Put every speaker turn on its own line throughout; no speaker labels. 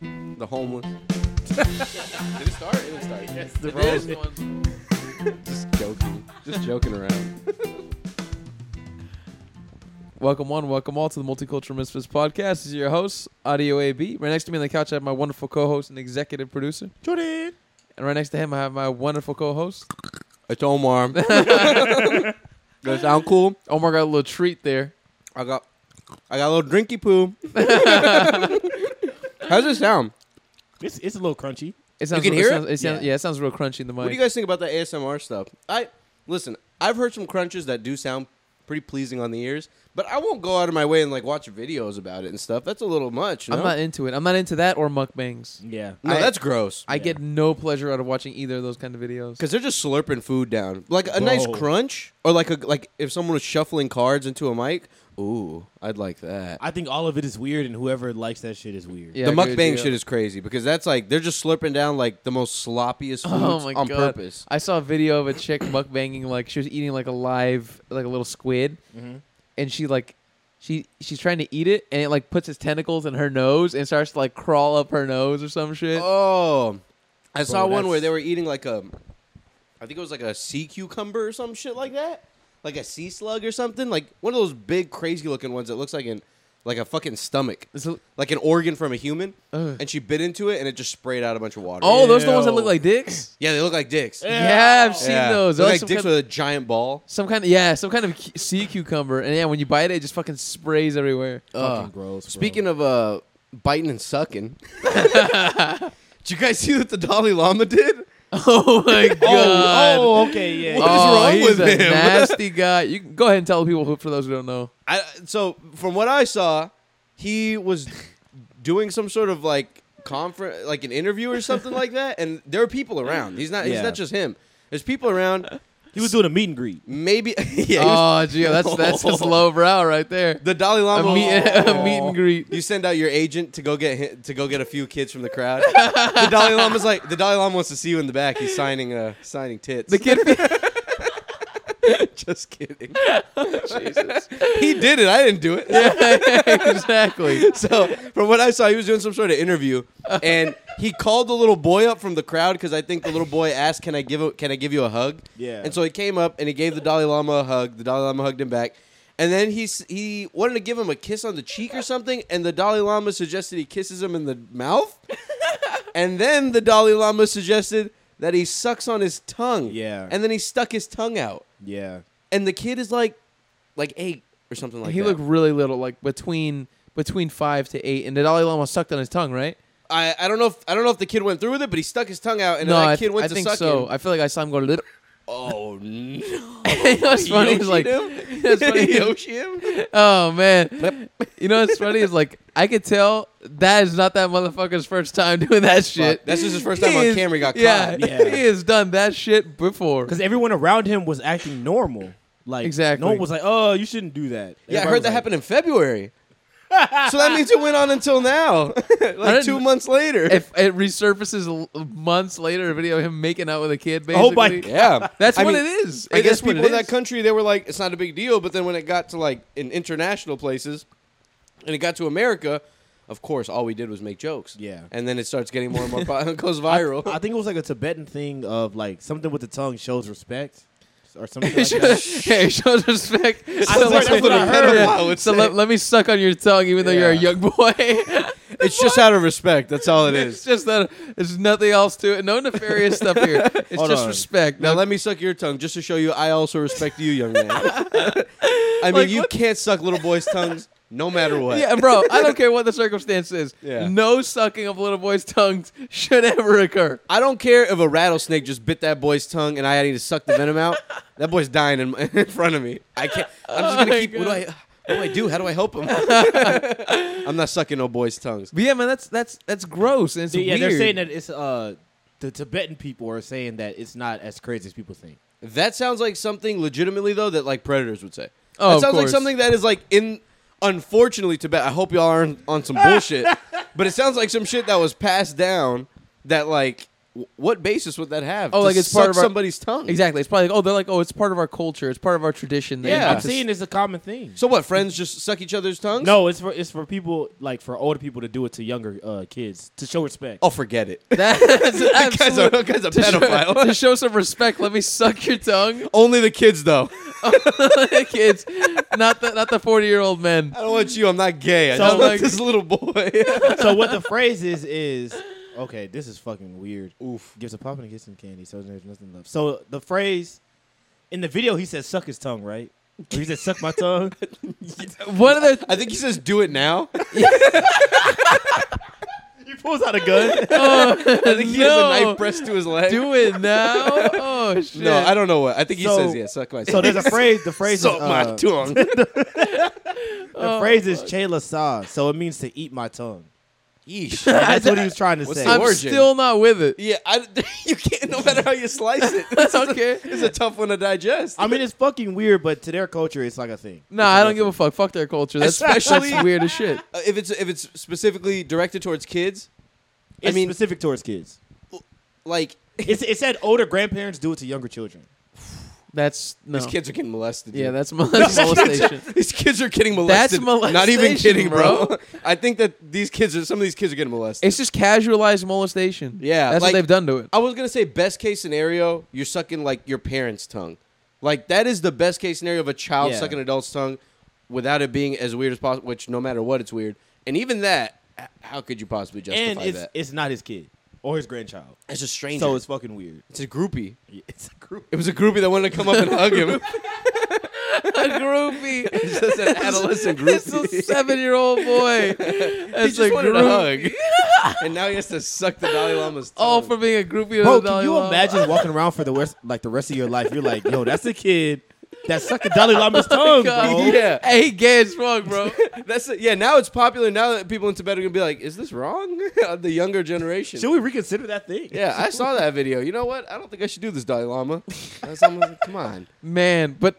The homeless. Did it start? It didn't start. Yes.
The
It is
road.
going-
Just joking. Just joking around.
Welcome one, welcome all to the Multicultural Misfits podcast. This is your host, Audio AB. Right next to me on the couch, I have my wonderful co-host and executive producer.
Jordan.
And right next to him, I have my wonderful co-host.
It's Omar. Does it sound cool?
Omar got a little treat there.
I got I got a little drinky poo. How's it sound?
It's it's a little crunchy.
It sounds,
can hear it?
sounds, sounds-
Yeah.
yeah. it sounds real crunchy in the mic.
What do you guys think about the ASMR stuff? I listen, I've heard some crunches that do sound pretty pleasing on the ears, but I won't go out of my way and like watch videos about it and stuff. That's a little much.
I'm
no?
not into it. I'm not into that or mukbangs.
Yeah.
No,
I-
that's gross.
I get no pleasure out of watching either of those kind of videos.
Because they're just slurping food down, like a nice
Whoa.
crunch, or like a like if someone was shuffling cards into a mic. Ooh, I'd like that.
I think all of it is weird, and whoever likes that shit is weird.
Yeah,
the
I agree with
mukbang
you.
shit is crazy because that's like they're just slurping down like the most sloppiest foods
Oh my
on
god!
purpose.
I saw a video of a chick mukbanging like she was eating like a live like a little squid, and she like she she's trying to eat it and it like puts its tentacles in her nose and starts to like crawl up her nose or some shit.
Oh, I saw one where
that's-
they were eating like a, I think it was like a sea cucumber or some shit like that, like a sea slug or something, like one of those big crazy looking ones that looks like an like a fucking stomach,
It's a-
like an organ from a human,
Ugh.
and she bit into it and it just sprayed out a bunch of water.
oh, those are the ones that look
Ew.
like dicks.
Yeah, they look like dicks.
yeah, I've seen
Yeah.
those.
They're
Those
like
some
dicks
kind
with a giant ball.
Some kind of yeah, some kind of cu- sea cucumber, and yeah, when you bite it, it just fucking sprays everywhere.
Fucking gross. bro.
Speaking of uh, biting and sucking, did you guys see what the Dalai Lama did?
oh my god!
oh, oh, okay, yeah.
What is
Oh,
wrong
he's
with
a
him?
nasty guy. You can go ahead and tell people who, for those who don't know.
I, so from what I saw, he was doing some sort of like conference, like an interview or something like that, and there are people around. He's not. He's
Yeah.
not just him. There's people around.
he was doing a meet and greet.
Maybe. yeah. he was-
Oh, gee, that's that's just low brow right there.
the Dalai
A
Lama.
meet, a meet and greet.
You send out your agent to go get hit, to go get a few kids from the crowd. the Dalai Lama's like the Dalai Lama wants to see you in the back. He's signing uh signing tits.
The kid,
Just kidding. He did it. I didn't do it.
exactly.
So from what I saw, he was doing some sort of interview, and he called the little boy up from the crowd because I think the little boy asked, "Can I give a, Can I give you a hug?"
Yeah.
And so he came up and he gave the Dalai Lama a hug. The Dalai Lama hugged him back, and then he s- he wanted to give him a kiss on the cheek or something, and the Dalai Lama suggested he kisses him in the mouth, and then the Dalai Lama suggested that he sucks on his tongue.
Yeah.
And then he stuck his tongue out,
Yeah.
and the kid is like, like eight or something like
he
that.
looked really little, like between between five to eight, and the Dalai Lama sucked on his tongue, right?
I, I don't know if I don't know if the kid went through with it, but he stuck his tongue out, and then
I,
that kid went
I
to
think
suck
so.
him.
I feel like I saw him go. Little.
Oh no!
it was funny.
Yoshi
It's like,
him?
That's funny.
Yoshi him?
oh man, you know what's funny is like I could tell that is not that motherfucker's first time doing that shit.
Fuck, that's just his first time on
is-
camera he got
yeah,
caught.
Yeah.
he has done that shit before.
Because everyone around him was acting normal. Like
Exactly.
No one was like, "Oh, you shouldn't do that."
Yeah, I
Everybody
heard
was
that
like,
happened in February. so that means it went on until now, like
didn't-
two months later.
If it resurfaces l- months later, a video of him making out with a kid. Basically.
Oh my
yeah,
That's
I
what
mean,
it is.
I
It-
guess
that's what
people
it
in that
is.
country they were like, it's not a big deal. But then when it got to like in international places, and it got to America, of course, all we did was make jokes.
Yeah.
and then it starts getting more and more po- it goes viral.
I think it was like a Tibetan thing of like something with the tongue shows respect or something
It
like that.
shows- yeah, it shows respect.
swear that's what I heard.
I would
so
say.
let, let me suck on your tongue, even though you're a
Yeah.
young boy. it's
it's just out of respect. That's all it is.
just that there's nothing else to it. No nefarious stuff here. It's
Hold
just
on.
respect.
Now
No,
let me suck your tongue just to show you I also respect you, young man. I mean,
Like,
you
what-
can't suck little boys' tongues no matter what.
yeah, bro. I don't care what the circumstance is.
Yeah.
No sucking of little boys' tongues should ever occur.
I don't care if a rattlesnake just bit that boy's tongue and I had to suck the venom out. That boy's dying in, in front of me. I can't. I'm just
Oh
gonna
my
keep. What do I?
God.
What do I do? How do I help him? I'm not sucking no boys' tongues.
But yeah, man, that's that's that's gross. And it's
yeah,
weird.
they're saying that it's uh the Tibetan people are saying that it's not as crazy as people think.
That sounds like something legitimately though that like predators would say.
Oh,
that
of
sounds like
course.
something that is like in unfortunately Tibet. I hope y'all aren't on some bullshit, but it sounds like some shit that was passed down that like wh- what basis would that have?
Oh,
to
like it's
suck
part of our-
somebody's tongue.
Exactly. It's probably like, oh, they're like, oh, it's part of our culture. It's part of our tradition. that you
Yeah.
Yeah,
have
I'm
to-
seeing it's a common thing.
So what? Friends just suck each other's tongues?
No, it's for it's for people like for older people to do it to younger uh, kids to show respect.
Oh, forget it.
That's
That guy's a,
absolute-
that guy's a
to show-
pedophile.
to show some respect, let me suck your tongue,
Only the kids, though.
kids. Not the not the forty year old men.
I don't want you. I'm not gay. I
So,
just want
like-
this little boy.
so what the phrase is is okay. This is fucking weird.
Oof.
Gives a pop and gets some candy, so there's nothing left. So the phrase in the video, he says "suck his tongue," right? Or he said "suck my tongue."
What are the?
I think he says, "Do it now." I
he pulls out a gun.
Oh,
think he
no.
has a knife pressed to his leg.
Do it now. Oh shit.
no, I don't know what. I think he
So-
says, "Yeah, suck my."
So there's a phrase. The phrase
suck
is
my
uh,
tongue.
the phrase is "chela sa," so it means to eat my tongue.
Yeesh.
That's what he was trying to
What's
say.
the
I'm
origin.
still not with it.
Yeah, I, you can't. No matter how you slice it, this is a,
okay.
it's a tough one to digest.
I mean, it's fucking weird, but to their culture, it's like a thing.
No, I don't give a fuck. Fuck their culture. That's,
Especially-
that's weird as shit.
Uh, if it's if it's specifically directed towards kids,
It's
I mean,
specific towards kids.
like
It's, it said older grandparents do it to younger children.
That's no.
these kids are getting molested.
Yeah,
dude.
that's mol- that's molestation.
These kids are getting
That's
molested. Not even
molestation,
kidding, bro.
bro.
I think that these kids are some of these kids are getting molested.
It's just casualized molestation.
Yeah,
that's
like-
what they've done to it.
I was gonna say best case scenario, you're sucking like your parents' tongue. Like that is the best case scenario of a child
Yeah.
sucking an adult's tongue without it being as weird as possible, which no matter what it's weird. And even that, h- how could you possibly justify
and it's
that?
it's not his kid or his grandchild.
It's a stranger.
So it's fucking weird.
it's a groupie.
It's a group.
It was a groupie that wanted to come up and hug him.
a groupie.
It's just an adolescent
It's a
groupie.
seven-year-old boy.
He
That's
just
a
wanted
groupie.
a hug. and now he has to suck the Dalai Lama's tongue.
All Oh, for being a groupie. of
Bro,
the Dalai
can you
Lama.
imagine walking around for the rest like the rest of your life? You're like, yo, that's a kid that sucked the Dalai Lama's tongue, bro.
Oh God.
Yeah.
Hey, he gay as fuck, bro.
That's it. yeah. Now it's popular. Now that people in Tibet are gonna be like, "Is this wrong?" the younger generation.
Should we reconsider that thing?
yeah, I saw that video. You know what? I don't think I should do this, Dalai Lama. I was almost like, Come on.
Man, but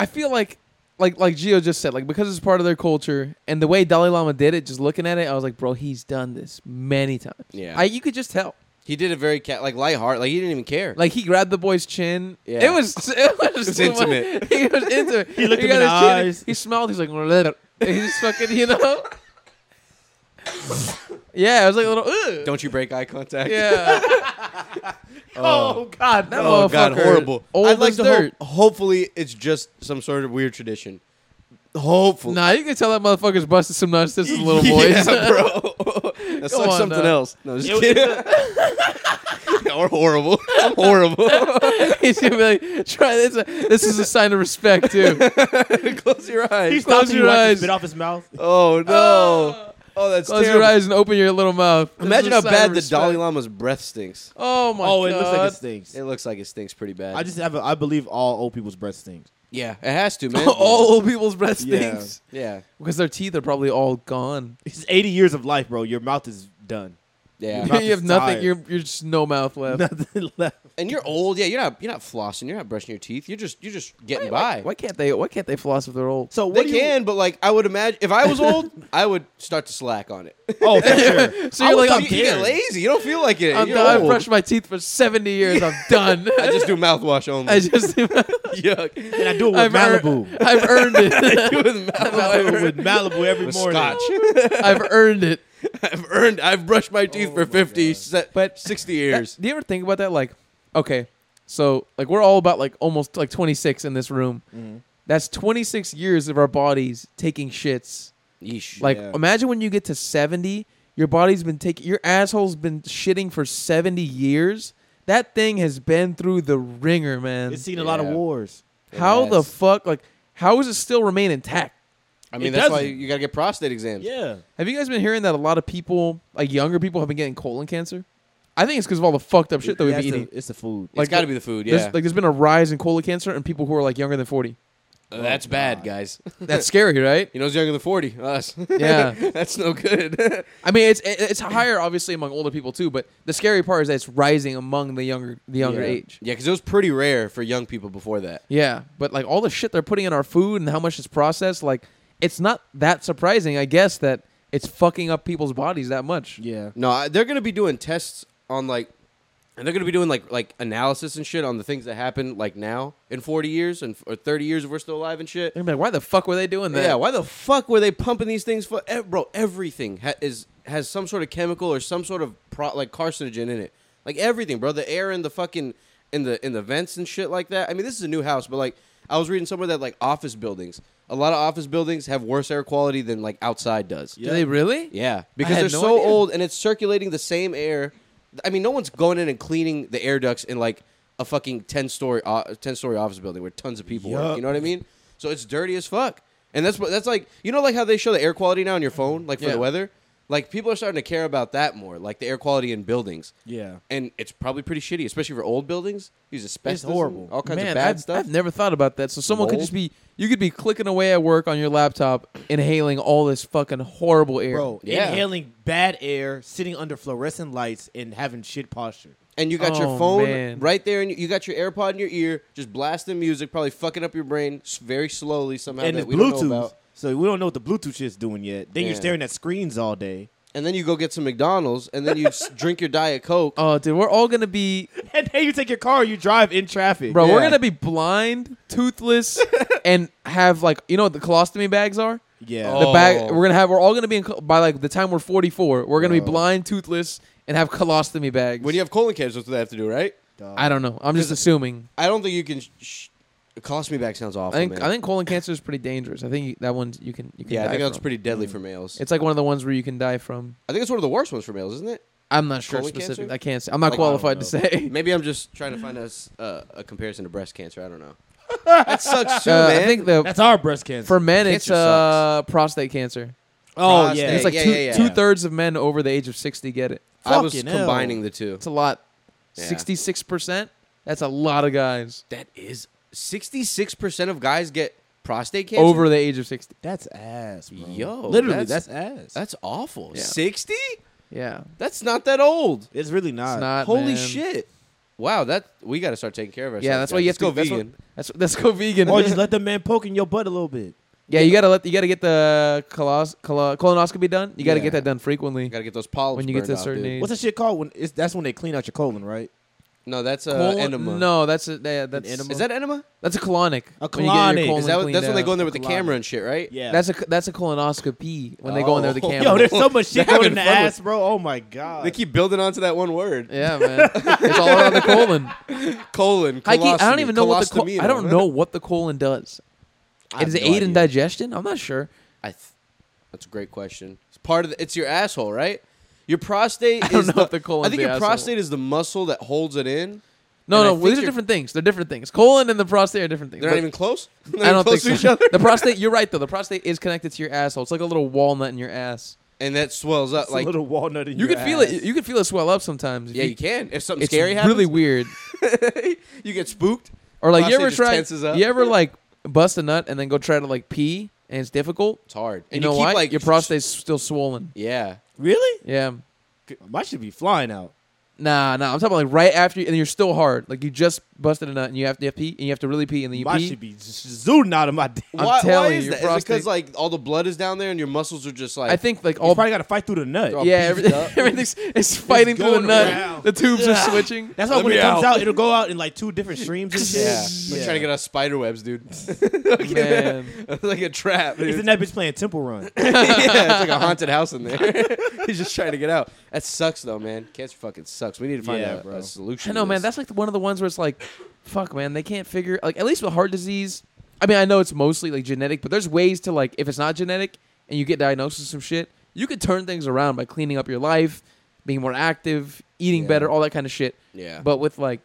I feel like, like, like Gio just said, like because it's part of their culture and the way Dalai Lama did it. Just looking at it, I was like, bro, he's done this many times.
Yeah.
I, you could just tell.
He did it very cat like lightheart. Like he didn't even care.
Like he grabbed the boy's chin.
Yeah.
It was it was,
was intimate.
He was intimate. he
looked him
got
in
his
the
chin,
eyes.
He smelled. He's like, "Bleh." and he just fucking, you know. yeah, it was like a little. Ugh.
don't you break eye contact?
Yeah.
Oh God,
That
Oh god,
motherfucker
horrible.
old
I'd like
as
to
dirt.
hope. Hopefully, it's just some sort of weird tradition. Hopefully.
nah, you can tell that motherfucker's busted some nuts. This is little boys.
Yeah, bro. That's
Go
like
on,
something
dog.
else. No, just
It
kidding.
was-
Or horrible. I'm horrible.
He's gonna be like, try this. uh, This is a sign of respect too.
Close your eyes.
he
close your
stopped and he wiped his
eyes.
bit off his mouth.
Oh no! Oh, that's
Close
terrible.
your eyes and open your little mouth. This
Imagine
is a
how
sign of
bad the
respect.
Dalai Lama's breath stinks.
Oh my
oh,
god.
it looks like it stinks.
It looks like it stinks pretty bad.
I just have a, I believe all old people's breath stinks.
yeah, it has to, man.
all old people's breath
Yeah.
stinks.
yeah,
Because their teeth are probably all gone.
It's 80 years of life, bro. Your mouth is done.
yeah.
Your mouth
you have
is
nothing.
tired.
You're you're just no mouth left.
Nothing left.
And you're old. Yeah, you're not. You're not flossing. You're not brushing your teeth. You're just. You're just getting by.
Why can't they? Why can't they floss if they're old?
So
They
what do you?
can, but like I would imagine, if I was old, I would start to slack on it.
Oh, for sure.
So
I
you're
would
like,
stop-
I'm,
you get
done.
lazy. You don't feel like it.
I'm
You're
done. I've
old.
brushed my teeth for 70 years. I'm done.
I just do mouthwash only.
I just.
Yuck.
and I do it with
I've earned-
Malibu.
I've earned it.
With mouthwash.
I do it with Malibu every
With
morning.
scotch.
I've earned it.
I've earned. I've brushed my teeth for fifty, se-
Oh But-
sixty years.
Uh, Do you ever think about that? Like, okay, so like we're all about like almost like 26 in this room.
Mm-hmm.
That's 26 years of our bodies taking shits.
Yeesh.
Like,
Yeah.
imagine when you get to 70, your body's been taking, your asshole's been shitting for 70 years. That thing has been through the ringer, man.
It's seen a lot of
Yeah.
wars.
how the
Yes.
fuck, like, how is it still remain intact?
I mean,
It
that's why
doesn't.
you gotta get prostate exams.
Yeah.
Have you guys been hearing that a lot of people, like younger people, have been getting colon cancer? I think it's because of all the fucked up shit that we've been eating.
it's the food.
It's
Like, uh,
got to be the food.
There's,
Yeah,
like, there's been a rise in colon cancer and people who are like younger than 40.
Uh, that's
Oh,
bad,
God.
guys.
That's scary, right?
You know, it's younger than forty. Us.
Yeah.
that's no good.
I mean, it's it- it's higher obviously among older people too, but the scary part is that it's rising among the younger the younger
yeah.
age.
Yeah, because it was pretty rare for young people before that.
Yeah, but like all the shit they're putting in our food and how much it's processed, like it's not that surprising, I guess, that it's fucking up people's bodies that much.
Yeah.
No, I, they're gonna be doing tests on like and they're gonna be doing like like analysis and shit on the things that happened like now in 40 years and or 30 years if we're still alive and shit.
They're gonna be like, why the fuck were they doing that?
Yeah, why the fuck were they pumping these things for? Eh, Bro, everything ha- is has some sort of chemical or some sort of pro- like carcinogen in it. Like everything, bro. The air in the fucking in the in the vents and shit like that. I mean, this is a new house, but like I was reading somewhere that like office buildings, a lot of office buildings have worse air quality than like outside does.
Do they really?
Yeah, because
had
they're
no
so
idea.
old and it's circulating the same air. I mean, no one's going in and cleaning the air ducts in like a fucking ten story uh, ten story office building where tons of people work.
Yup.
You know what I mean? So it's dirty as fuck. And that's what that's like. You know, like how they show the air quality now on your phone, like for
Yeah.
the weather. Like people are starting to care about that more, like the air quality in buildings.
Yeah.
and it's probably pretty shitty, especially for old buildings. These asbestos, and
horrible.
all kinds
Man,
of bad
I've,
stuff.
I've never thought about that. So someone could
Mold.
just be you could be clicking away at work on your laptop, inhaling all this fucking horrible air.
Bro,
Yeah.
inhaling bad air, sitting under fluorescent lights, and having shit posture.
and you got your
Oh,
phone
man.
right there, and you got your AirPod in your ear, just blasting music, probably fucking up your brain s- very slowly somehow.
and
that
it's
we Don't know
Bluetooth.
about.
So we don't know what the Bluetooth shit's doing yet. Then you're
Yeah.
staring at screens all day.
And then you go get some McDonald's, and then you s- drink your Diet Coke.
Oh, dude, we're all gonna be,
And then you take your car, you drive in traffic.
bro. We're
Yeah.
gonna be blind, toothless, and have like you know what the colostomy bags are.
Yeah.
The bag
Oh.
we're gonna have. We're all gonna be in, co- by like the time we're 44. We're gonna be
Oh.
blind, toothless, and have colostomy bags.
When you have colon cancer, that's what they have to do, right?
I don't know. I'm just assuming.
I don't think you can. Sh- sh- cost me back sounds awful.
I think
man.
I think colon cancer is pretty dangerous. I think you, that one you can you can.
yeah, I
die
think that's
from. Mm.
pretty deadly for males.
It's like one of the ones where you can die from.
I think it's one of the worst ones for males, isn't it?
I'm not sure
Colon
specific.
cancer?
I can't. Say. I'm not
Like, I don't
qualified to say.
Maybe I'm just trying to find us uh, a comparison to breast cancer. I don't know. that sucks too,
Uh,
man.
I think the
That's our breast cancer.
for men it's
Cancer
uh, prostate cancer.
oh
prostate.
yeah.
It's like
yeah,
two
yeah, yeah.
two thirds of men over the age of 60 get it.
I was
Fucking hell.
combining the two.
It's a lot.
Yeah.
66 percent. That's a lot of guys
That is 66% of guys get prostate cancer.
over the age of 60.
that's ass, bro.
Yo,
literally,
that's-
that's, ass.
That's awful.
Yeah.
60?
Yeah,
That's not that old.
it's really
it's
not.
not.
Holy
man.
shit. Wow, that we got to start taking care of ourselves.
Yeah, that's
guys.
why you have
Let's
to
go vegan.
That's, that's let's go vegan.
Or just let the man poke in your butt a little bit.
yeah, you gotta let you gotta get the colos, colo, colonoscopy done. You gotta
Yeah.
get that done frequently.
You got to get those polyps
When you get
burned
to a
off,
certain
dude.
age.
What's that shit called? When it's, that's when they clean out your colon, right?
No, that's uh,
Colon-
enema.
No, that's a, yeah, that's
enema?
Is that enema?
That's a colonic.
A
When you get your
colonic.
colon
Is that what-
cleaned
that's when they
out.
go in there with the
Colonoscopy.
camera and shit, right?
Yeah.
That's a that's a colonoscopy when they go in there with the
Oh.
camera.
Yo, there's so much shit
They're
going in the
having fun with-
ass, bro. Oh my god.
They keep building onto that one word.
yeah, man. It's all around the colon.
Colon.
I, can't- I don't
colostomy,
even know what the col-
colostomino.
I don't know what the colon does.
I have
Is it
no
aid in
idea.
digestion? I'm not sure.
I th- that's a great question. It's part of the, it's your asshole, right? Your prostate
don't
is
know
the,
if the colon's
I think
the
your
asshole.
prostate is the muscle that holds it in.
No,
And I
no,
think
these are
your-
different things. They're different things. Colon and the prostate are different things.
They're
but-
not even close. They're
I
not
don't
close
think
to each
so.
other.
The prostate, you're right though. The prostate is connected to your asshole. It's like a little walnut in your ass.
And that swells up
It's
like
a little walnut in
You
your
can feel
ass.
it. You can feel it swell up sometimes. if
yeah, you can. If something
It's
scary
really
happens,
weird.
you get spooked.
Or like you
Prostate
ever
just
try,
tenses up.
you ever like bust a nut and then go try to like pee and it's difficult.
It's hard.
You
And
know
keep
why?
like
your prostate's still swollen.
Yeah.
Really?
Yeah.
Mine should be flying out.
Nah, nah. I'm talking about like right after, you, and you're still hard. Like you just busted a nut, and you have to you have to pee, and you have to really pee, and then you
Mine
pee.
should be z- zooting out of my. dick.
I'm
why,
telling
why
you,
is
your
that? Is it
prostate-
because like all the blood is down there and your muscles are just like
I think like
You
all
probably got to fight through the nut.
all
Oh. yeah,
beefed
everything,
up.
everything's it's fighting through the
going
nut.
around.
The tubes are
Ugh.
switching.
That's why
Let
when
me
it comes
out.
out, it'll go out in like two different streams and shit.
yeah. We're trying to get out of spider webs, dude.
Man.
like a trap. dude.
Isn't that bitch playing Temple Run?
yeah, it's like a haunted house in there. He's just trying to get out. That sucks though, man. Cancer fucking sucks. We need to find
Yeah,
a,
bro.
a solution.
I know,
to
man.
this.
That's like one of the ones where it's like, fuck, man. They can't figure like at least with heart disease. I mean, I know it's mostly like genetic, but there's ways to like if it's not genetic and you get diagnosed with some shit, you could turn things around by cleaning up your life, being more active, eating
Yeah.
better, all that kind of shit.
yeah.
But with like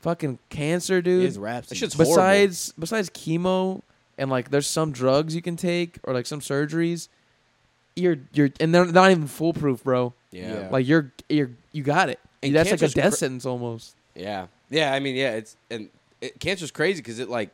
fucking cancer, dude.
It's raps.
that shit's horrible.
besides besides chemo and like there's some drugs you can take or like some surgeries you're you're and they're not even foolproof bro
yeah.
Yeah.
like you're you're you got it
And
that's like a
cancer's
death
cr-
sentence almost
Yeah. Yeah, I mean, yeah, it's and it, cancer's crazy cuz it like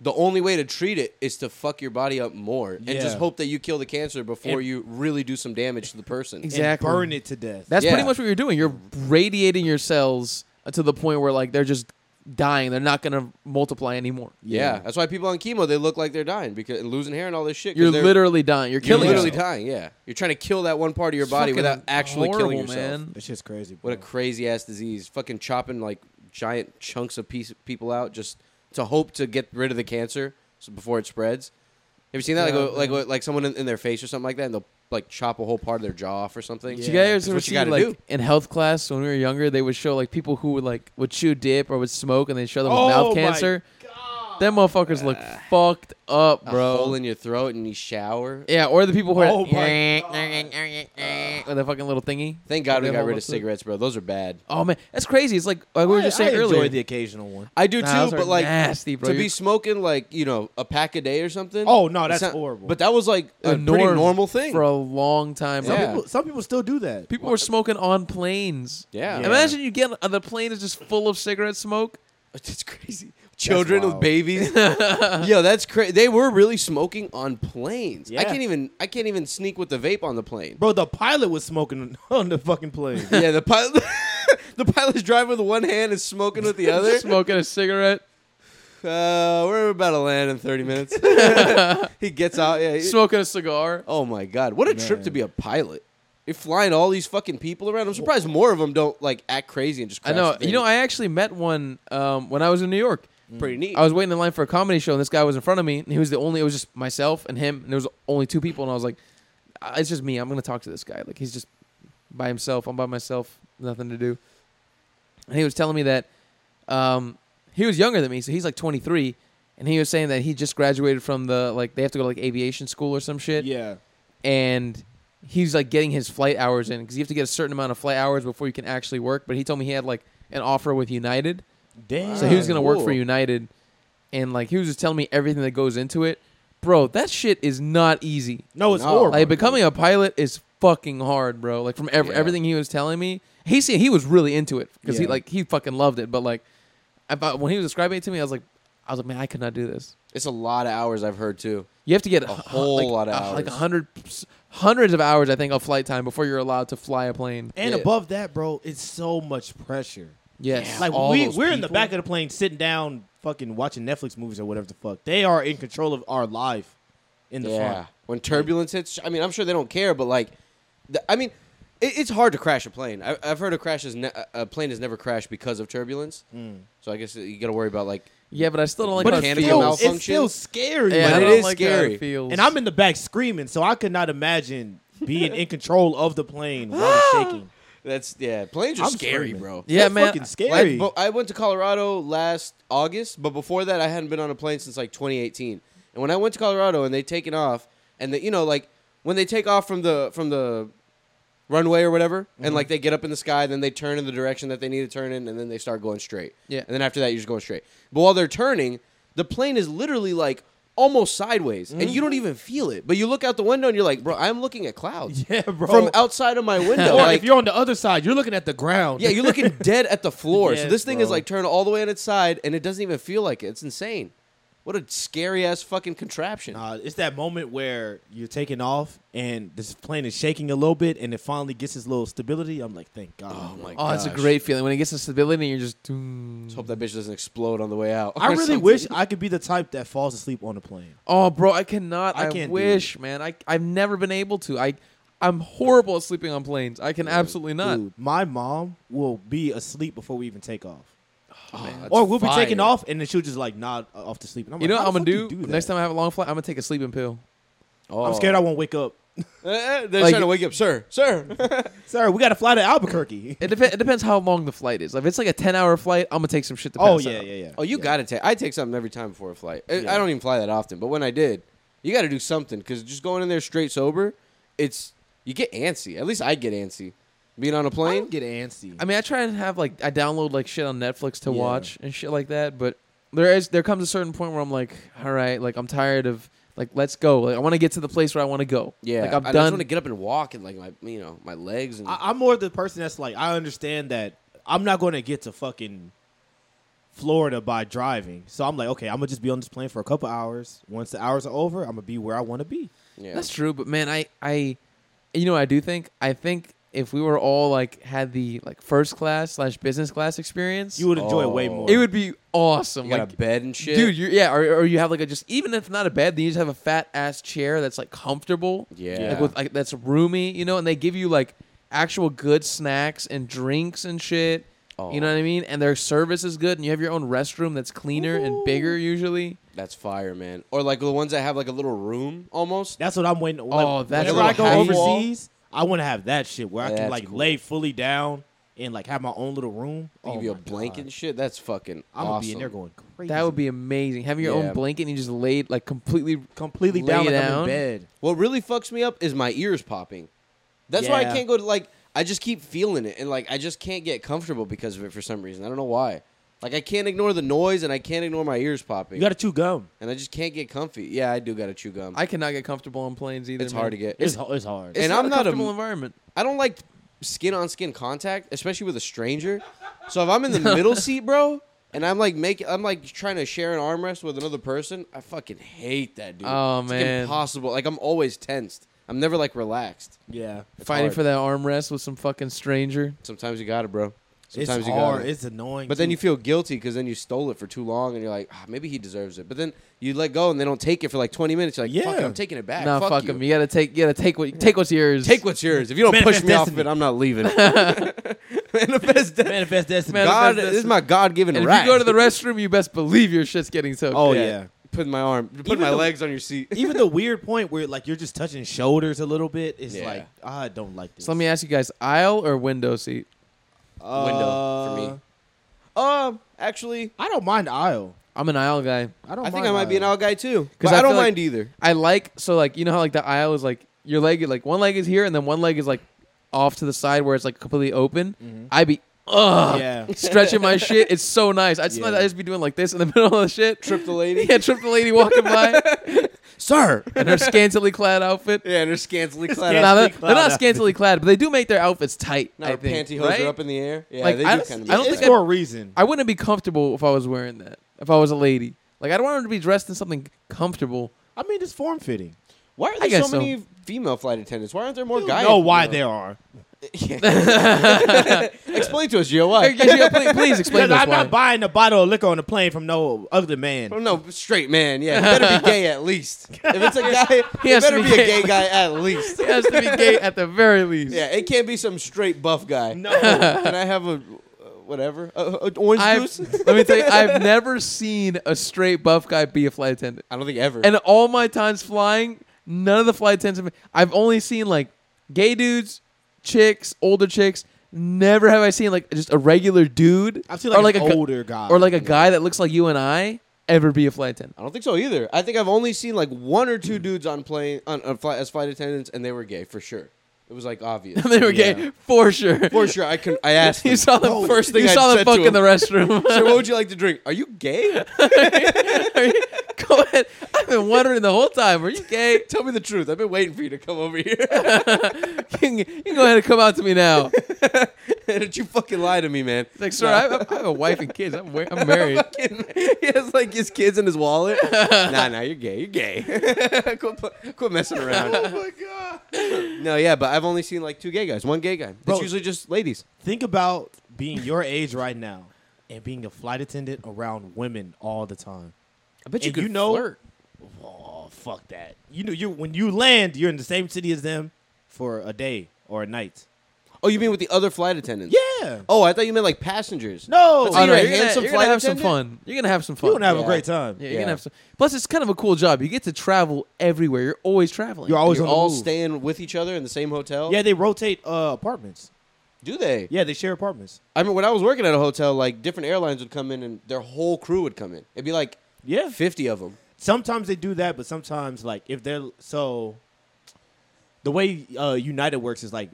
the only way to treat it is to fuck your body up more and just
Yeah.
hope that you kill the cancer before
And-
you really do some damage to the person.
Exactly.
And burn it to death.
that's
Yeah.
pretty much what you're doing you're radiating your cells to the point where like they're just dying. They're not gonna multiply anymore.
Yeah. that's why people on chemo they look like they're dying because and losing hair and all this shit. 'cause
You're
they're-
literally dying. You're
you're
killing
literally
yourself.
dying. Yeah, you're trying to kill that one part of your
It's
body
fucking
without actually killing
horrible,
yourself.
Man.
That shit's crazy. Bro.
What a crazy ass disease! Fucking chopping like giant chunks of piece, people out just to hope to get rid of the cancer so before it spreads. Have you seen that?
Yeah,
like, a, like,
man.
a- like someone in, in their face or something like that, and they'll like chop a whole part of their jaw off or something.
Do you guys
That's
ever
what you
see
gotta
like
do.
in health class when we were younger, they would show like people who would like would chew dip or would smoke and they show them with
Oh
mouth
my
cancer. Them motherfuckers look fucked up,
Uh, A
bro.
hole in your throat and you shower.
yeah, or the people who are
Oh
Uh,
my
with a fucking little thingy.
Thank God we
They
got
hold
rid
up
of
to-
cigarettes, bro. Those are bad.
Oh man, that's crazy. It's like, like we were just
I,
saying
I
earlier.
enjoy the occasional one.
I do
Nah, those
too,
are
but like
nasty, bro.
to
You-
be smoking like you know a pack a day or something.
Oh, no, that's
it's not-
horrible.
But that was like a,
a
pretty
norm
normal thing.
for a long time.
Yeah.
Yeah.
Some people, some people still do that.
People were smoking on planes.
Yeah.
Yeah.
Imagine you get on the plane is just full of cigarette smoke.
It's crazy. Children with
wild.
babies. Yo, that's crazy. They were really smoking on planes. I
Yeah.
can't even. I can't even sneak with the vape on the plane.
Bro, the pilot was smoking on the fucking plane.
yeah, the pilot. the pilot's driving with one hand and smoking with the other.
smoking a cigarette,
Uh, we're about to land in thirty minutes. he gets out. Yeah. he-
smoking a cigar.
oh my god, what a trip to
Man.
be a pilot. You're flying all these fucking people around. I'm surprised more of them don't like act crazy and just.
I
Crash
know.
the thing.
You know, I actually met one um, when I was in New York.
pretty neat.
I was waiting in line for a comedy show, and this guy was in front of me, and he was the only. It was just myself and him, and there was only two people, and I was like, "Ah, "It's just me. I'm gonna talk to this guy. Like he's just by himself. I'm by myself. Nothing to do." And he was telling me that um, he was younger than me, so he's like 23, and he was saying that he just graduated from the like they have to go to like aviation school or some shit,
yeah.
and he's like getting his flight hours in because you have to get a certain amount of flight hours before you can actually work. But he told me he had like an offer with United.
Damn.
So he was gonna work
Cool.
for United, and like he was just telling me everything that goes into it, bro. That shit is not easy.
No, it's
No.
horrible.
Like becoming a pilot is fucking hard, bro. Like from ev-
Yeah.
everything he was telling me, he said he was really into it because he
Yeah.
like he fucking loved it. But like, about when he was describing it to me, I was like, I was like, man, I could not do this.
it's a lot of hours I've heard too.
You have to get
A whole
like,
lot of
uh, like a
hours.
hundred, hundreds of hours, I think, of flight time before you're allowed to fly a plane.
and
Yeah.
above that, bro, it's so much pressure.
Yes,
Like
all
we
those
we're in the
people.
back of the plane sitting down, fucking watching Netflix movies or whatever the fuck. They are in control of our life in the
yeah.
front.
When turbulence hits, I mean, I'm sure they don't care, but like, the, I mean, it, it's hard to crash a plane. I, I've heard a crash is ne- a plane has never crashed because of turbulence. So I guess you got to worry about like,
Yeah, but I still don't like
But
how
it
it
feels-
feels.
malfunction.
It's still scary.
Yeah,
But
I
it
man.
don't
is
like how it
scary.
feels.
and I'm in the back screaming, so I could not imagine being in control of the plane while it's shaking.
that's yeah, planes are
I'm
scary,
screaming.
bro.
Yeah,
They're
man.
fucking scary.
Like, but I went to Colorado last August, but before that, I hadn't been on a plane since like 2018. And when I went to Colorado and they taken off, and the, you know, like when they take off from the from the runway or whatever,
Mm-hmm.
and like they get up in the sky, then they turn in the direction that they need to turn in, and then they start going straight.
Yeah.
And then after that, you're just going straight. But while they're turning, the plane is literally like almost sideways, and
Mm-hmm.
you don't even feel it. But you look out the window, and you're like, bro, I'm looking at clouds.
Yeah, bro.
From outside of my window,
or
like,
if you're on the other side, you're looking at the ground.
yeah, you're looking dead at the floor. so
Yes,
this thing is
bro.
like turned all the way on its side, and it doesn't even feel like it. It's insane. What a scary ass fucking contraption.
Nah, it's that moment where you're taking off and this plane is shaking a little bit, and it finally gets its little stability. I'm like, thank God.
Oh my
Oh,
god.
it's a great feeling when it gets to stability and you're just. "Doom."
Hope that bitch doesn't explode on the way out.
I
or
really
something.
wish I could be the type that falls asleep on the plane.
Oh, bro, I cannot. I,
I can't do
wish, man. I I've never been able to. I I'm horrible at sleeping on planes. I can absolutely not.
Dude, my mom will be asleep before we even take off,
Oh, that's
or we'll be
fire.
taking off, and then she'll just like nod uh, off to sleep. And I'm
You
like,
know
how
what I'm
the
gonna
fuck you
do,
that?
next time I have a long flight? I'm gonna take a sleeping pill.
Oh.
I'm scared I won't wake up.
Eh, eh, they're
Like-
trying to wake up, sir, sir.
Sir, we got to fly to Albuquerque.
It, depe- it depends how long the flight is. Like, if it's like a 10 hour flight, I'm gonna take some shit to pass
oh yeah,
out.
yeah, yeah.
oh, you
Yeah.
gotta take. I take something every time before a flight. Eh, I, I
Yeah.
don't even fly that often, but when I did, you got to do something because just going in there straight sober, it's you get antsy. At least I get antsy. Being on a
I
plane,
don't get antsy.
I mean, I try and have like I download like shit on Netflix to
Yeah.
watch and shit like that, but there is there comes a certain point where I'm like, all right, like I'm tired of like let's go. Like I want to get to the place where I want to go.
yeah,
like I'm
I just
done.
want to get up and walk and like my, you know, my legs and
I, I'm more the person that's like, I understand that I'm not going to get to fucking Florida by driving. So I'm like, okay, I'm gonna just be on this plane for a couple hours. Once the hours are over, I'm gonna be where I want to be.
yeah.
That's true, but man, I I you know what I do think I think if we were all like had the like first class slash business class experience,
You would enjoy it way
Oh.
more.
it would be awesome.
You
like
got a bed and shit,
Dude, you yeah, or, or you have like a just even if not a bed, then you just have a fat ass chair that's like comfortable.
Yeah.
Like with like that's roomy, you know, and they give you like actual good snacks and drinks and shit. You know what I mean? And their service is good and you have your own restroom that's cleaner and bigger usually.
That's fire, man. Or like the ones that have like a little room almost.
That's what I'm waiting.
Oh, that's
whenever
a
I go
little house.
overseas, I want to have that shit where I
That's
can like
cool.
lay fully down and like have my own little room.
They
Oh
give you a
my
blanket
God.
and shit. That's fucking.
I'm gonna
awesome.
be in there going crazy.
That would be amazing. Having your
Yeah.
own blanket and you just laid like completely
completely
lay
down, like I'm
down.
in bed.
What really fucks me up is my ears popping. That's why I
Yeah.
can't go to like. I just keep feeling it, and like I just can't get comfortable because of it for some reason. I don't know why. Like I can't ignore the noise, and I can't ignore my ears popping,
You gotta chew gum.
and I just can't get comfy. Yeah, I do gotta chew gum.
I cannot get comfortable on planes either.
it's hard to
man.
get.
It's, it's hard.
It's
And
not
I'm
a
not a-
comfortable environment.
I don't like skin on skin contact, especially with a stranger. So if I'm in the middle seat, bro, and I'm like making, I'm like trying to share an armrest with another person, I fucking hate that dude.
Oh,
it's
man.
like impossible. Like I'm always tensed. I'm never like relaxed.
yeah,
Fighting
hard.
for that armrest with some fucking stranger.
Sometimes you got it, bro. Sometimes
it's
you
hard.
got it.
It's annoying.
But then
too.
you feel guilty because then you stole it for too long, and you're like, ah, maybe he deserves it. But then you let go, and they don't take it for like 20 minutes. You're like, fuck, it,
Yeah.
I'm taking it back.
nah,
fuck,
fuck
you.
him. You gotta take you gotta take what take what's yours.
Take what's yours. If you don't push
Manifest
me off of
destiny.
it, I'm not leaving. Manifest destiny.
manifest destiny.
Man-
God,
Manifest
this is my God-given
And
right.
if you go to the restroom, you best believe your shit's getting soaked.
oh yeah.
put my arm, put
Even
my
though-
legs on your seat.
Even the weird point where like you're just touching shoulders a little bit is
Yeah.
like I don't like this.
So let me ask you guys: aisle or window seat?
Uh, Window for me. Um, actually,
I don't mind aisle.
I'm an aisle guy.
I don't.
I think
mind
I might be an
aisle.
out guy too.
'Cause
Because I,
I
don't
feel like-
mind either.
I like so like you know how like the aisle is like your leg is like one leg is here and then one leg is like off to the side where it's like completely open.
Mm-hmm.
I be ugh
Yeah.
stretching my shit. It's so nice. I just
Yeah.
I just be doing like this in the middle of the shit.
Trip the lady.
yeah, trip the lady walking by
Sir,
and her scantily clad outfit.
Yeah, and they're scantily clad.
Scantily
Now, they're,
clad
they're not
outfit.
scantily clad, but they do make their outfits tight.
Now
I
her
think,
pantyhose
right?
are up in the air. Yeah,
Like,
they do
I-
kind of.
I don't
it's
think I-
for a reason.
I wouldn't be comfortable if I was wearing that. If I was a lady, like I don't want her to be dressed in something comfortable.
I mean, it's form fitting.
Why are
I
there so,
guess so.
many female flight attendants? Why aren't there more
You
guys?
know why there are?
Explain to us, Gio.
Hey,
Why?
yeah, yeah, please, please explain
Because
this
I'm
why.
not buying a bottle of liquor on a plane from no ugly man.
Oh, no, straight man. Yeah, he better be gay at least. If it's a guy,
He
he
has to
better
be
be a
gay
gay
at
guy at least.
it has to be gay at the very least.
Yeah, it can't be some straight buff guy.
No.
Can I have a uh, whatever? A, a- a orange
I've,
juice?
let me tell you, I've never seen a straight buff guy be a flight attendant.
I don't think ever.
And all my times flying, none of the flight attendants. Have been, I've only seen like gay dudes, chicks, older chicks. Never have I seen like just a regular dude,
I've seen like,
or like
an
a gu-
older guy,
or like a guy that looks like you and I, ever be a flight attendant.
I don't think so either. I think I've only seen like one or
Mm.
two dudes on plane on, on flight, as flight attendants, and they were gay for sure. It was like obvious.
they were
Yeah.
gay for sure.
for sure. I can. I asked.
You
them. Oh,
saw them
first thing
You
I
saw them
said to
fuck in
him.
the restroom.
Sir, what would you like to drink? Are you gay?
Go ahead. I've been wondering the whole time. Are you gay?
Tell me the truth. I've been waiting for you to come over here.
you, can, you can go ahead and come out to me now. It's
Did you fucking lie to me, man?
like, sir, I, I have a wife and kids. I'm, wa- I'm married.
Fucking- he has like his kids in his wallet. nah, nah, you're gay. You're gay. quit, pu- quit messing around.
Oh my god!
no, yeah, but I've only seen like two gay guys. One gay guy.
Bro.
It's usually just ladies.
Think about being your age right now and being a flight attendant around women all the time.
I bet
you could flirt. Oh fuck that! You know you when you land, you're in the same city as them for a day or a night.
Oh, you mean with the other flight attendants?
Yeah.
Oh, I thought you meant like passengers.
No.
Let's
Oh,
see
no,
You're a
you're gonna,
handsome
you're gonna
flight
have some
attendant?
fun. You're gonna have some fun.
you gonna have
Yeah.
a great time.
yeah, you're gonna
yeah.
have some. Plus, it's kind of a cool job. You get to travel everywhere. You're always traveling.
You're always
You're
on the
all
move.
staying with each other in the same hotel.
Yeah, they rotate uh, apartments.
Do they?
Yeah, they share apartments.
I mean, when I was working at a hotel, like different airlines would come in and their whole crew would come in. It'd be like
Yeah.
fifty of them.
Sometimes they do that, but sometimes like if they're so the way uh, United works is like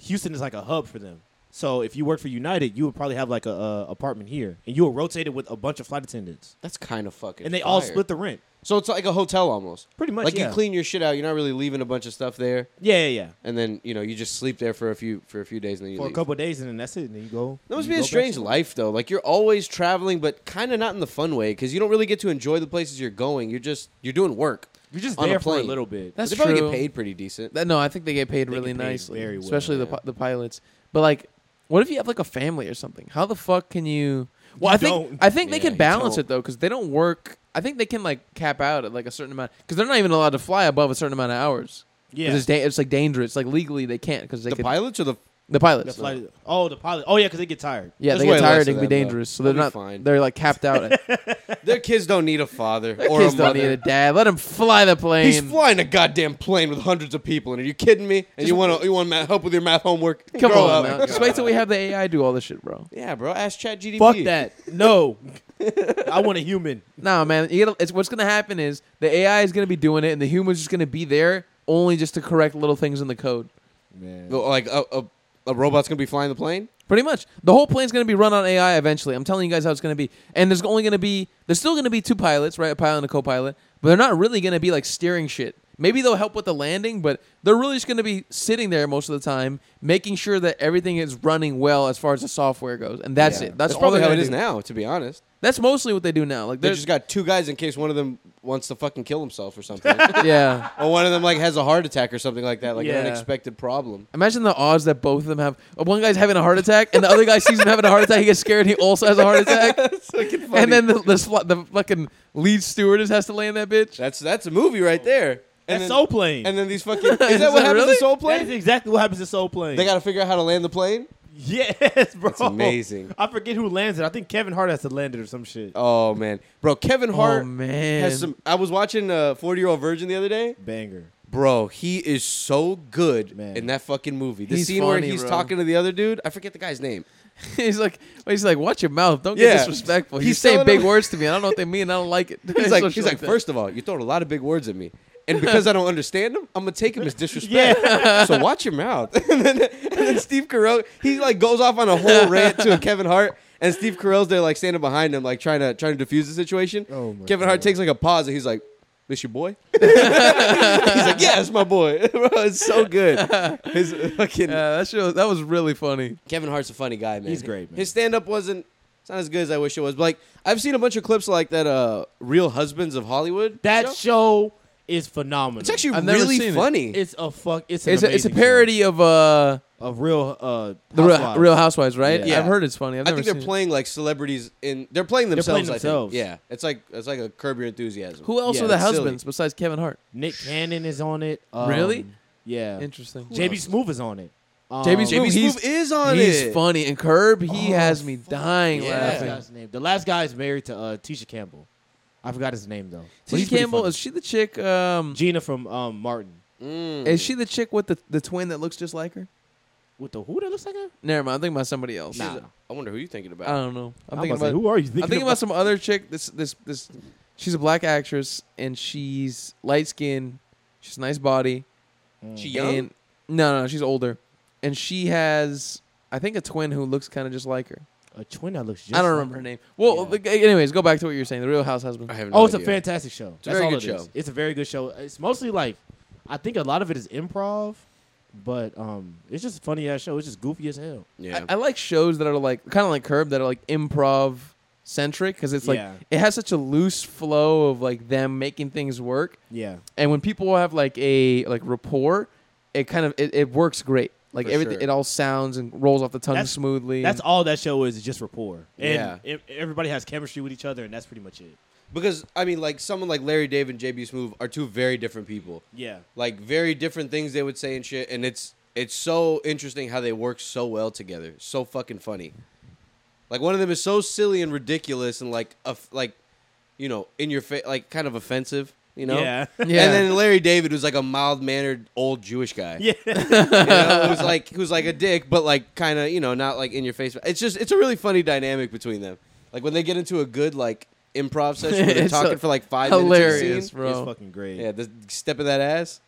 Houston is like a hub for them. So if you work for United, you would probably have like a, uh apartment here, and you will rotate it with a bunch of flight attendants,
That's kind of fucking.
and they all
fire.
split the rent.
So it's like a hotel almost.
Pretty much,
Like
yeah.
you clean your shit out. You're not really leaving a bunch of stuff there,
Yeah, yeah, yeah.
and then you know you just sleep there for a few for a few days and then you
For a
leave.
couple of days, and then that's it. And then you go.
That must be
you
a
go back
strange
to-
life though. Like you're always traveling, but kind of not in the fun way because you don't really get to enjoy the places you're going. You're just you're doing work.
You're just
On a
there for a
plane.
little bit.
That's
they probably
true.
get paid pretty decent.
That- no, I think they get paid
They
really
get paid
nicely,
very well,
especially the
yeah.
pi- the pilots. But like, what if you have like a family or something? How the fuck can you? Well,
You
I think
don't.
I think they
Yeah,
can
you
balance
don't.
it though, because they don't work. I think they can like cap out at like a certain amount, because they're not even allowed to fly above a certain amount of hours. 'Cause
Yeah.
it's, da- it's like dangerous. Like legally, they can't because they
the
could,
pilots or the
the
The
pilots.
flight, oh, the pilot. Oh yeah, because they get tired.
yeah,
There's
they
way
get
less
tired.
of
It can be
them, though.
dangerous, so they're
They'll
not.
be fine.
They're like capped out. At,
their kids don't need a father
their
or
kids
a
don't need
mother.
a dad. Let them fly the plane.
He's flying a goddamn plane with hundreds of people, and are you kidding me? And you want to you want math, help with your math homework?
Come
Grow
on,
up.
now. just wait till we have the AI do all this shit, bro.
Yeah, bro. Ask ChatGPT.
Fuck that. No, I want a human.
No, man. You gotta, it's, what's gonna happen is the AI is gonna be doing it, and the humans just gonna be there only just to correct little things in the code.
Man.
Like a, a, a robot's gonna be flying the plane.
Pretty much, the whole plane's gonna be run on AI eventually. I'm telling you guys how it's gonna be, and there's only gonna be there's still gonna be two pilots, right? A pilot and a co-pilot, but they're not really gonna be like steering shit. Maybe they'll help with the landing, but they're really just gonna be sitting there most of the time, making sure that everything is running well as far as the software goes, and that's
Yeah.
it. That's, all
probably
they're
how it
gonna
is
do.
now. To be honest,
That's mostly what they do now. Like
they
they're
just got two guys in case one of them wants to fucking kill himself or something,
yeah.
or one of them like has a heart attack or something like that, like
Yeah.
an unexpected problem.
Imagine the odds that both of them have. uh, One guy's having a heart attack, and the other guy sees him having a heart attack. He gets scared. He also has a heart attack. and then the, the, sl- the fucking lead stewardess has to land that bitch.
That's that's a movie right there.
That's
then,
Soul Plane.
And then these fucking is that what
it
happens
really?
to Soul
That is
Plane?
exactly what happens to Soul Plane.
They got to figure out how to land the plane.
yes, bro.
That's amazing.
I forget who lands it. I think Kevin Hart has to land it or some shit.
Oh man, bro, Kevin Hart
oh man,
has some. I was watching uh, Forty Year Old Virgin the other day.
Banger.
Bro, he is so good
Man.
in that fucking movie. The
He's
scene
funny,
where he's
bro.
talking to the other dude, I forget the guy's name.
he's like, he's like, watch your mouth. Don't
Yeah.
get disrespectful. He's,
He's
saying
telling
big
him-
words to me. I don't know what they mean. I don't like it.
He's
Some
like,
shit
he's like,
that.
first of all, you throwing a lot of big words at me, and because I don't understand them, I'm gonna take them as disrespect.
Yeah.
so watch your mouth. and, then, and then Steve Carell, he like goes off on a whole rant to a Kevin Hart, and Steve Carell's there like standing behind him, like trying to trying to defuse the situation.
Oh my
Kevin Hart
God.
takes like a pause, and he's like. This your boy? he's like, yeah, it's my boy. Bro, it's so good. His uh, fucking
Yeah, that shit, was- that was really funny.
Kevin Hart's a funny guy, man.
He's great, man.
His stand up wasn't it's not as good as I wish it was. But like I've seen a bunch of clips like that uh Real Husbands of Hollywood.
That
show.
show is phenomenal.
it's actually
I've never seen
really
it.
funny.
it's a fuck. It's an
It's a, it's a
amazing show.
parody of uh
of real uh
the real,
Housewives.
real Housewives, right?
Yeah.
I've heard it's funny. I've
I
never
think they're
seen it.
playing like celebrities in they're playing
They're
themselves,
playing
I
themselves.
think. Yeah. It's like it's like a curb your enthusiasm.
Who else
Yeah,
are the
it's silly.
husbands besides Kevin Hart?
Nick Cannon is on it. Um,
Really?
Yeah.
Interesting.
JB Smoove is on it. Um,
JB Smoove-
JB
he's-
Smoove is on
He's
it.
funny. And Curb, he
Oh,
has me dying
yeah.
Last
laughing.
Yeah.
guy's name. The last guy is married to uh, Tisha Campbell. I forgot his name though. But he's
Tisha
pretty
Campbell
funny.
is she the chick? Um,
Gina from um, Martin
Mm.
is she the chick with the, the twin that looks just like her?
with the who that looks like her.
Never mind. I'm thinking about somebody else.
She's
Nah.
a- I wonder who you're thinking
I
about.
don't know. I'm
I
thinking
was like,
about.
who are you thinking,
I'm thinking about some other chick. This this this. She's a black actress and she's light skinned. She's a nice body.
she young?
And no, no, she's older, and she has I think a twin who looks kind of just like her.
a twin that looks. Just
I don't
like
remember her name.
Yeah.
Well, like, anyways, go back to what you were saying. The Real House Husband.
I have no
Oh, it's a
idea.
fantastic show.
a
That's
very
all
good
it is.
show.
It's a very good show. It's mostly like, I think a lot of it is improv, but um, it's just a funny ass show. It's just goofy as hell.
Yeah.
I, I like shows that are like kind of like Curb that are like improv centric because it's like
Yeah.
it has such a loose flow of like them making things work,
Yeah,
and when people have like a like rapport, it kind of it, it works great. Like
For
everything,
sure.
it all sounds and rolls off the tongue
That's-
smoothly.
that's all that show is. is just rapport. And
Yeah.
e- everybody has chemistry with each other, and that's pretty much it.
because I mean like someone like Larry David and JB Smoove are two very different people.
Yeah,
like very different things they would say and shit and it's it's so interesting how they work so well together so fucking funny like one of them is so silly and ridiculous and like of like you know in your face like kind of offensive you know
yeah,
Yeah.
and then larry david was like a mild-mannered old jewish guy
yeah.
you know, who's like who's like a dick but like kind of you know not like in your face it's just it's a really funny dynamic between them like when they get into a good like improv session where they're
It's so
talking for like five
hilarious,
minutes of a scene,
bro.
It's fucking great.
yeah the step of that ass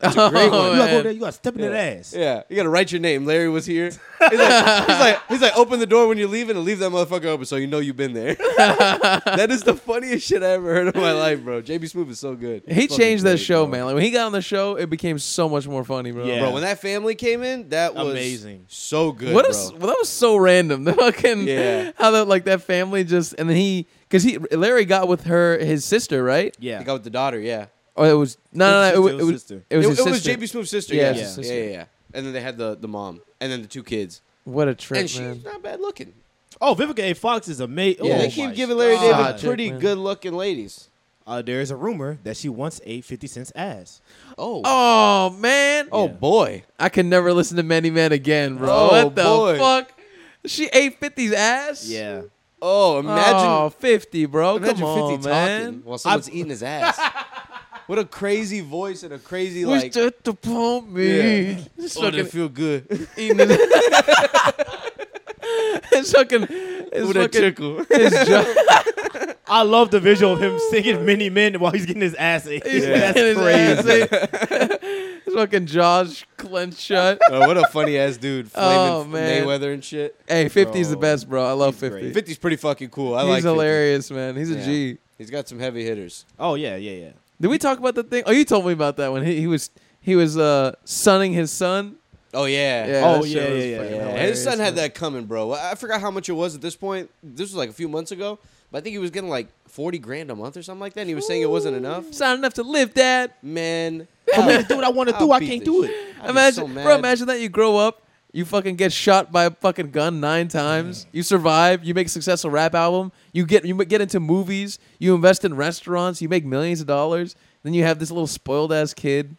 that's
a great one.
Oh, You gotta go there. You gotta step in that ass.
Yeah, you gotta write your name. Larry was here. He's like, he's like, he's like, open the door when you're leaving and leave that motherfucker open so you know you've been there. that is the funniest shit I ever heard in my life, bro. JB Smoove is so good.
He
Fucking
changed that
great,
show,
bro.
man. Like when he got on the show, it became so much more funny, bro.
Yeah.
Bro, when that family came in, that was
Amazing.
So good,
what
bro.
a s- well, that was so random. The fucking
Yeah.
how that like that family just and then he because he Larry got with her his sister, right?
He
Yeah.
got with the daughter, yeah.
Oh, it was no, no, no. It,
It was
was
his
it was
sister.
it was, his
it was
sister.
JB Smooth's sister.
Yeah,
Yeah,
it
yeah.
was his
yeah,
sister.
yeah, yeah. And then they had the, the mom and then the two kids.
What a trick,
and she's
man!
not bad looking.
Oh, Vivica A. Fox is amazing.
Yeah,
oh,
they
my
keep giving Larry
God.
David pretty
Man.
good looking ladies.
Uh, there is a rumor that she once ate 50 Cent's ass.
Oh, oh,
Oh man!
Yeah.
boy.
I can never listen to Many Men again, bro.
Oh,
what the
boy.
fuck? She ate 50's ass.
Oh,
Imagine
imagine
oh, 50, bro.
Imagine
Come on,
50
man.
talking while someone's eating his ass. what a crazy voice and a crazy
Wish
like.
that upon me.
Yeah.
Just
Oh, they
fucking
feel good.
eating his It's fucking it's
With a
fucking
tickle.
his jaw.
I love the visual of him singing Many Men while he's getting his ass ate.
He's
That's
getting his
crazy.
ass ate. his fucking jaws clenched shut.
Oh, what a funny ass dude, flaming
Oh, man.
Mayweather and shit.
Hey, 50's the
Bro,
best, bro. I love
he's
50.
great.
50's pretty fucking cool. I
He's
like. 50.
hilarious, man. He's a
Yeah.
G.
He's got some heavy hitters.
Oh, yeah, yeah, yeah.
Did we talk about the thing? Oh, you told me about that when he, he was he was uh sunning his son.
Oh yeah.
Oh,
that shit
yeah,
was
yeah,
fucking
yeah.
Yeah,
hilarious,
his son had
man.
that coming, bro. I I forgot how much it was at this point. This was like a few months ago, but I think he was getting like forty grand a month or something like that. And he was saying it wasn't enough.
It's not enough to live, Dad.
Man,
For me to do what I want to
I'll
do, I
beat
can't
the
do
shit.
it.
I'd be
imagine,
so mad.
bro. Imagine that you grow up, you fucking get shot by a fucking gun nine times. You survive. You make a successful rap album. You get you get into movies. You invest in restaurants. You make millions of dollars. Then you have this little spoiled ass kid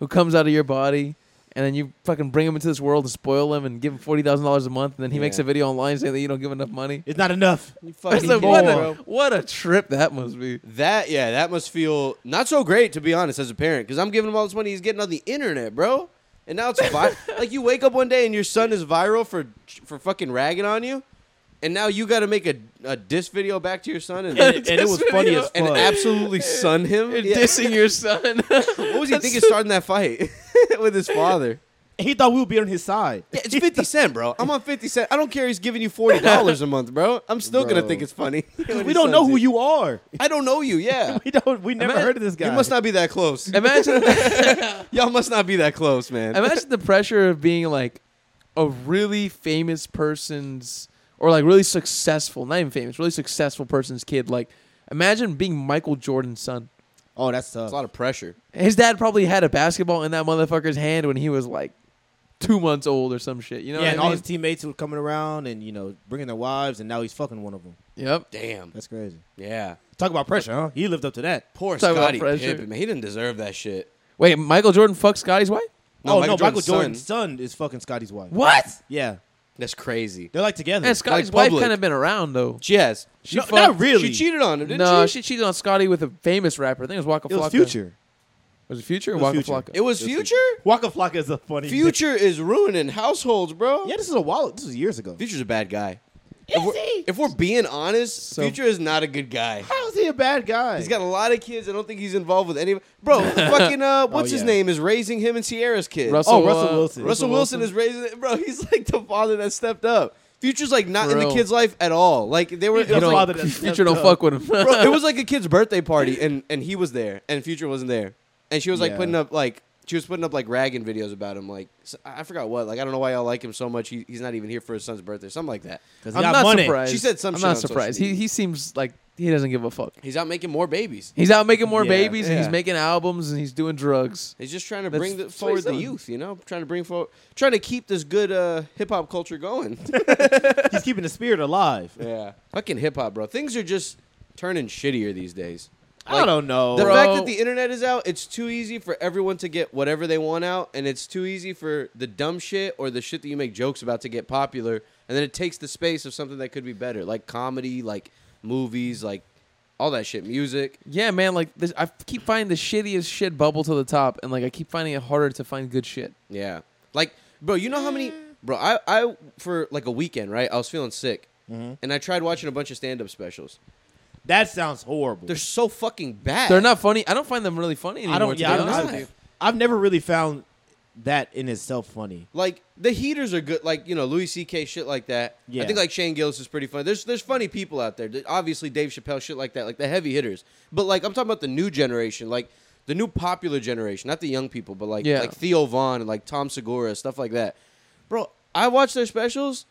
who comes out of your body, and then you fucking bring him into this world and spoil him and give him forty thousand dollars a month. And then he makes
Yeah.
a video online saying that you don't give enough money.
It's not enough.
You
It's
fucking kidding
like,
me,
what,
bro.
a, what a trip that must be.
That yeah, that must feel not so great to be honest as a parent because I'm giving him all this money he's getting on the internet, bro. And now it's vi- like you wake up one day and your son is viral for for fucking ragging on you, and now you got to make a a diss video back to your son and
And, and it was funny as fuck.
and absolutely sun him.
You're
Yeah.
dissing your son.
What was he thinking starting that fight with his father?
he thought we would be on his side.
Yeah, it's fifty cent, bro. I'm on fifty cent. I don't care. He's giving you forty dollars a month, bro. I'm still gonna
Bro.
think it's funny.
We don't know who you are.
I don't know you. Yeah,
We don't. We never
Imagine-
heard of this guy.
you must not be that close.
Imagine
Y'all must not be that close, man.
Imagine the pressure of being like a really famous person's or like really successful, not even famous, really successful person's kid. Like, imagine being Michael Jordan's son.
Oh, that's tough.
It's a lot of pressure.
His dad probably had a basketball in that motherfucker's hand when he was like two months old or some shit. You know
yeah,
what I
and all
mean?
his teammates were coming around and you know bringing their wives, and now he's fucking one of them.
yep.
Damn.
That's crazy.
Yeah.
Talk about pressure, huh? He lived up to that.
Poor
Talk about
Scotty
pressure.
Pippen, man. He didn't deserve that shit.
Wait, Michael Jordan fucked Scotty's wife?
oh no, Michael
son.
Jordan's son. is fucking Scotty's wife.
What?
Yeah,
That's crazy.
they're like together.
And Scotty's wife
public.
kind of been around though.
Yes.
She
No,
fucked.
not really.
She cheated on him, didn't
No,
she?
she cheated on Scotty with a famous rapper. I think it was Waka
it was
Flocka.
Future.
Was it Future? Or
It was
Waka
Future.
Flocka.
It was
It was
Future?
Waka Flocka is a funny
Future is ruining households, bro.
Yeah, this is a while. This was years ago.
Future's a bad guy. If we're, if we're being honest,
So-
Future is not a good guy.
How is he a bad guy?
He's got a lot of kids. I don't think he's involved with any. Bro, fucking uh, what's his
Oh, yeah.
name is raising him and Sierra's kid.
Russell,
Oh, Russell
uh,
Wilson.
Russell Wilson, is raising it, bro. He's like the father that stepped up. Future's like not in the
Bro.
kid's life at all. Like they were.
He's
it
the
was, like,
father that
Future
stepped
don't
up.
fuck with him.
Bro, it was like a kid's birthday party, and and he was there, and Future wasn't there, and she was like
Yeah.
putting up like she was putting up like ragging videos about him, like s- I forgot what, like I don't know why y'all like him so much. He, he's not even here for his son's birthday, something like that.
'Cause he
I'm
got
not
money.
surprised.
She said some
I'm
shit
not
on social
surprised. He
media.
he seems like he doesn't give a fuck.
He's out making more babies.
He's out making more
Yeah.
babies and he's
Yeah.
making albums and he's doing drugs.
He's just trying to
That's-
bring the,
that's what
forward
he's
the
doing.
youth, you know, trying to bring forward, trying to keep this good uh, hip hop culture going.
He's keeping the spirit alive.
yeah, fucking hip hop, bro. Things are just turning shittier these days.
I don't know.
The
Bro.
fact that the internet is out, it's too easy for everyone to get whatever they want out, and it's too easy for the dumb shit or the shit that you make jokes about to get popular, and then it takes the space of something that could be better, like comedy, like movies, like all that shit, music.
Yeah, man. Like this, I keep finding the shittiest shit bubble to the top, and like I keep finding it harder to find good shit.
Yeah, like bro, you know how many bro? I I for like a weekend, right? I was feeling sick,
Mm-hmm.
and I tried watching a bunch of stand up specials.
that sounds horrible.
They're so fucking bad.
They're not funny. I don't find them really funny anymore.
I don't.
to
Yeah,
be
I don't,
honest
not.
with you.
I've, I've never really found that in itself funny.
Like the heaters are good, like you know Louis C.K. shit like that.
Yeah.
I think like Shane Gillis is pretty funny. There's there's funny people out there. Th- Obviously Dave Chappelle shit like that, like the heavy hitters. But like I'm talking about the new generation, like the new popular generation, not the young people, but like
Yeah.
like Theo Vaughn and like Tom Segura stuff like that. Bro, I watch their specials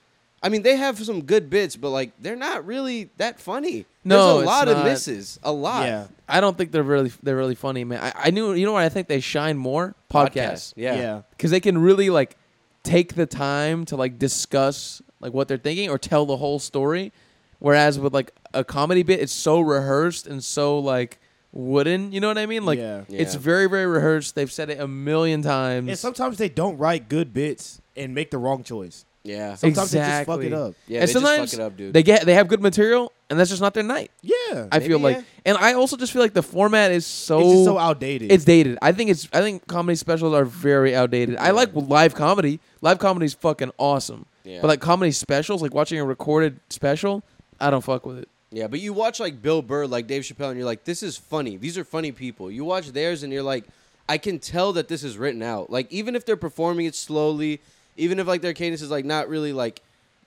I mean, they have some good bits, but like they're not really that funny.
No,
There's a
it's
lot of
not.
misses. A lot.
Yeah.
I don't think they're really they're really funny, man. I, I knew you know what I think they shine more podcasts
Yeah.
yeah.
because they can really like take the time to like discuss like what they're thinking or tell the whole story. Whereas with like a comedy bit, it's so rehearsed and so like wooden. You know what I mean? Like
Yeah.
it's
Yeah.
very very rehearsed. They've said it a million times.
And sometimes they don't write good bits and make the wrong choice.
Yeah.
Sometimes they just fuck
Exactly.
it up.
Yeah,
and
they just
sometimes
fuck it up, dude.
they get they have good material, and that's just not their night.
Yeah.
I feel
Maybe,
like,
yeah.
and I also just feel like the format is so
it's just so outdated.
It's dated. I think it's. I think comedy specials are very outdated. I like live comedy. Live comedy's fucking awesome.
Yeah.
But like comedy specials, like watching a recorded special, I don't fuck with it.
Yeah, but you watch like Bill Burr, like Dave Chappelle, and you're like, this is funny. These are funny people. You watch theirs and you're like, I can tell that this is written out. Like, even if they're performing it slowly, even if like their cadence is like not really like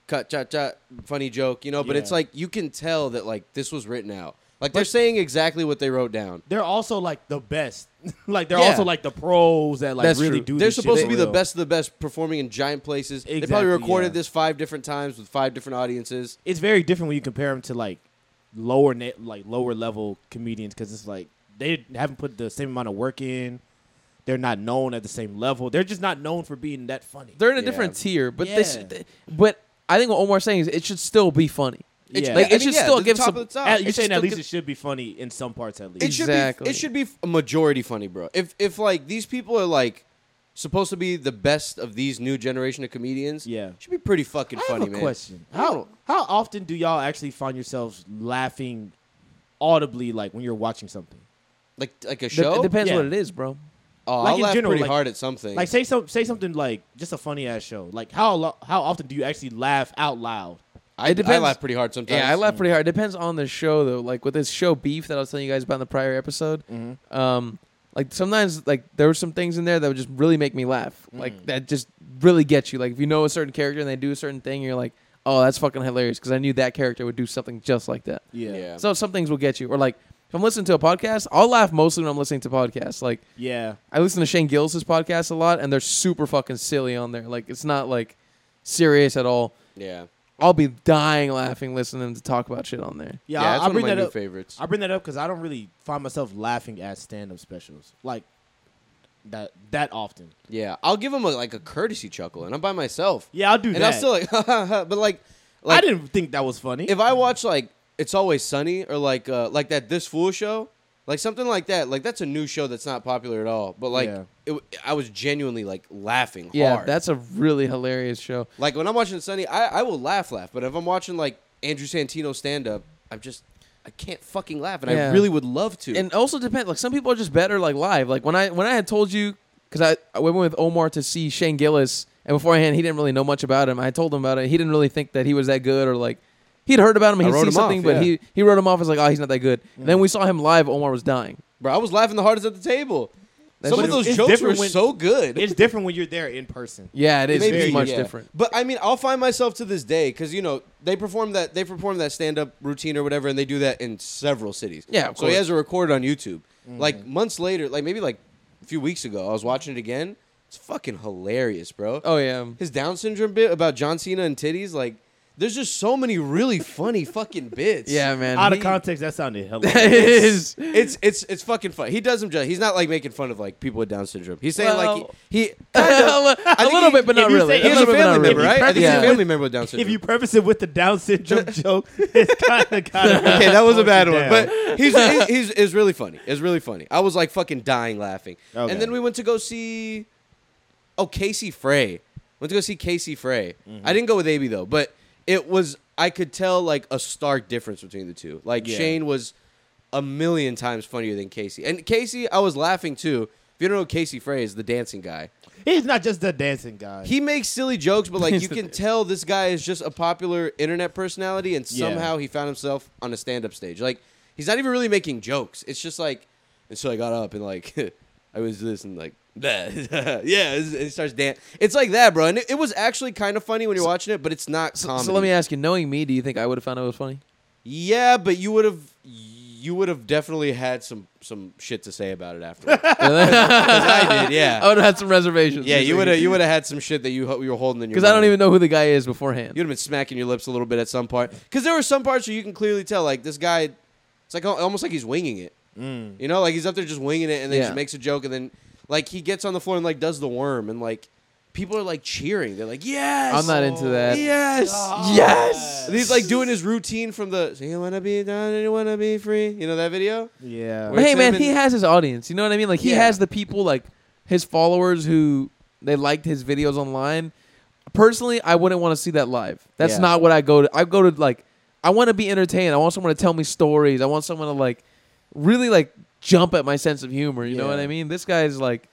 cut, cha, cha, funny joke, you know, but
Yeah.
it's like you can tell that like this was written out. Like, they're saying exactly what they wrote down.
they're also like the best. like they're
Yeah.
also like the pros that like
That's
really
true.
do.
They're
this shit
supposed to
for
be the
real.
best of the best performing in giant places. they
Exactly,
probably recorded
yeah.
this five different times with five different audiences.
It's very different when you compare them to like lower net, like lower level comedians because it's like they haven't put the same amount of work in. They're not known at the same level. They're just not known for being that funny.
They're in a
Yeah.
different tier. But
Yeah.
this, th- but I think what Omar's saying is it should still be funny.
It's-
Like
I
it
mean,
should
yeah,
still
the
give
top
some.
of the top.
At-
It
you're
should
saying
still
at least
give-
it should be funny in some parts at least.
It should
Exactly.
be. It should be a majority funny, bro. If if like these people are like supposed to be the best of these new generation of comedians,
Yeah.
it should be pretty fucking
I
funny,
have a
man.
question.
No.
How how often do y'all actually find yourselves laughing audibly, like when you're watching something?
Like like a
Dep-
show.
it depends
Yeah.
what it is, bro.
Oh,
Like
I'll
in
laugh
general,
pretty
like-
hard at something.
Like say some say something like just a funny ass show. Like how lo- how often do you actually laugh out loud?
I,
it depends-
I laugh pretty hard sometimes.
Yeah, I laugh pretty hard. It depends on the show though. Like with this show beef that I was telling you guys about in the prior episode. Um, like sometimes like there were some things in there that would just really make me laugh. Like that just really gets you. Like if you know a certain character and they do a certain thing, you're like, oh, that's fucking hilarious because I knew that character would do something just like that.
Yeah.
So some things will get you. Or like if I'm listening to a podcast, I'll laugh mostly when I'm listening to podcasts. Like
Yeah.
I listen to Shane Gillis' podcast a lot, and they're super fucking silly on there. Like it's not like serious at all.
Yeah.
I'll be dying laughing listening to them to talk about shit on there.
Yeah,
Yeah, I,
that's
I
one of
bring
my
that
new
up.
favorites.
I bring that up because I don't really find myself laughing at stand up specials like that that often.
Yeah, I'll give him a, like a courtesy chuckle, and I'm by myself.
Yeah, I'll do
and I'm
that.
still like, but like,
I
like
didn't think that was funny.
if I watch like It's Always Sunny or like uh, like that This Fool show, like something like that, like that's a new show that's not popular at all. But like,
Yeah.
it, w- I was genuinely like laughing
Yeah,
hard.
that's a really hilarious show.
like when I'm watching Sunny, I, I will laugh, laugh. But if I'm watching like Andrew Santino stand up, I'm just I can't fucking laugh, and
Yeah.
I really would love to.
And also depends. Like some people are just better like live. Like when I when I had told you because I, I went with Omar to see Shane Gillis, and beforehand he didn't really know much about him. I told him about it. He didn't really think that he was that good or like. He'd heard about him.
I
He'd
wrote
seen
him off,
something, but
yeah.
he he wrote him off as like, oh, he's not that good. And then we saw him live. Omar was dying.
Bro, I was laughing the hardest at the table.
That's
Some of
true.
those
It's
jokes were
different when-
so good.
it's different when you're there in person.
Yeah, it is
Maybe,
very much
yeah.
different.
But I mean, I'll find myself to this day because you know they perform that they perform that stand up routine or whatever, and they do that in several cities.
Yeah, of
so he
course.
has it recorded on YouTube. Like months later, like maybe like a few weeks ago, I was watching it again. It's fucking hilarious, bro.
Oh yeah,
His Down syndrome bit about John Cena and titties, like there's just so many really funny fucking bits.
yeah, man.
Out of
He-
context, that sounded
It
hilarious.
is.
It's it's it's fucking fun. He does him justice. He's not like making fun of like people with Down syndrome. He's saying like
Well-
he, he
a
think
little
he-
bit, but
if
not
you
really.
say-
he has
little
a family
bit, but not
member,
really.
right? I think he's
Yeah.
a family member with Down syndrome.
if you preface it with the Down syndrome joke, it's kind of kind of
okay, that was a bad one,
Damn.
but he's he's, he's is really funny. It's really funny. I was like fucking dying laughing.
Okay.
And then we went to go see oh Casey Frey. Went to go see Casey Frey.
Mm-hmm.
I didn't go with AB though, but it was I could tell like a stark difference between the two. Like
Yeah.
Shane was a million times funnier than Casey, and Casey I was laughing too. If you don't know Casey Frey is the dancing guy.
he's not just the dancing guy.
He makes silly jokes, but like you can tell this guy is just a popular internet personality, and
Yeah.
somehow he found himself on a stand-up stage. Like he's not even really making jokes. It's just like, and so I got up and like I was this and like that, yeah. And he starts dan. It's like that, bro. And it, it was actually kind of funny when you're watching it, but it's not
So,
comedy.
so let me ask you, knowing me, do you think I would have found it was funny?
Yeah, but you would have. you would have definitely had some some shit to say about it after. I did, yeah.
I would have had some reservations.
yeah, you would have you would have had some shit that you ho- you were holding in your.
Because I don't
mind.
even know who the guy is beforehand.
You'd have been smacking your lips a little bit at some part because there were some parts where you can clearly tell like this guy. It's like al- almost like he's winging it. You know, like he's up there just winging it, and then
Mm. Yeah.
just makes a joke, and then like he gets on the floor and like does the worm, and like people are like cheering. They're like, "Yes,
I'm not into that. Oh.
Yes,
Yes!
And he's like doing his routine from the "So you wanna be done and you wanna be free." You know that video?
Yeah.
But
Where
hey
it's
man,
him
he
and-
has his audience. You know what I mean? Like he
Yeah.
has the people, like his followers who they liked his videos online. Personally, I wouldn't want to see that live. That's
Yeah.
not what I go to. I go to like I want to be entertained. I want someone to tell me stories. I want someone to like really like jump at my sense of humor. You know what
Yeah.
I mean? This guy is like,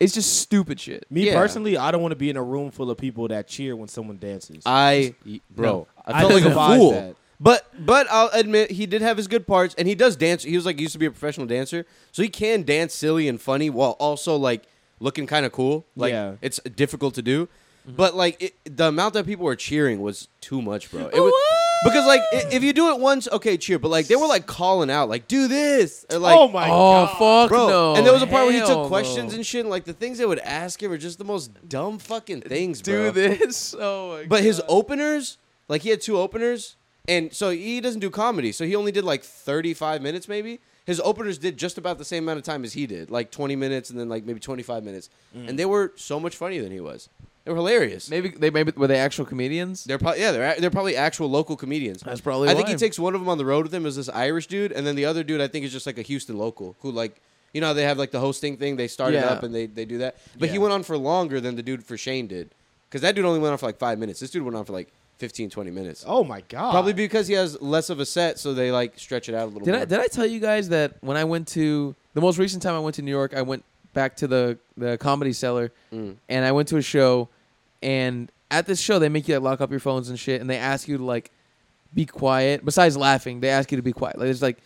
it's just stupid shit.
Me
Yeah.
personally, I don't want to be in a room full of people that cheer when someone dances.
I bro,
No.
I felt
I
like a
despise
fool.
that.
But but I'll admit he did have his good parts, and he does dance. He was like he used to be a professional dancer, so he can dance silly and funny while also like looking kind of cool. Like
Yeah.
it's difficult to do, but like it, the amount that people were cheering was too much, bro. It was,
What?
because like i- if you do it once, okay, cheer, but like they were like calling out, like do this, or, like
oh my
oh
god.
fuck
bro.
no!
and there was a part where he
Hell
took questions
no.
and shit, and like the things they would ask him are just the most dumb fucking things, bro.
do this. Oh my
But his
God.
openers, like he had two openers, and so he doesn't do comedy. So he only did like 35 minutes, maybe. His openers did just about the same amount of time as he did, like 20 minutes and then like maybe 25 minutes. And they were so much funnier than he was. They were hilarious.
maybe they maybe were they actual comedians?
They're probably yeah, they're a- they're probably actual local comedians.
That's probably
I think
why.
he takes one of them on the road with him is this Irish dude, and then the other dude I think is just like a Houston local who like you know how they have like the hosting thing they start it
Yeah.
up and they they do that. But he
Yeah.
went on for longer than the dude for Shane did because that dude only went on for like five minutes. This dude went on for like 15, 20 minutes.
Oh my god.
Probably because he has less of a set, so they like stretch it out a little.
Did
more.
I did I tell you guys that when I went to the most recent time I went to New York, I went back to the the comedy cellar
Mm.
and I went to a show and at this show they make you like lock up your phones and shit and they ask you to like be quiet. Besides laughing, they ask you to be quiet. Like it's like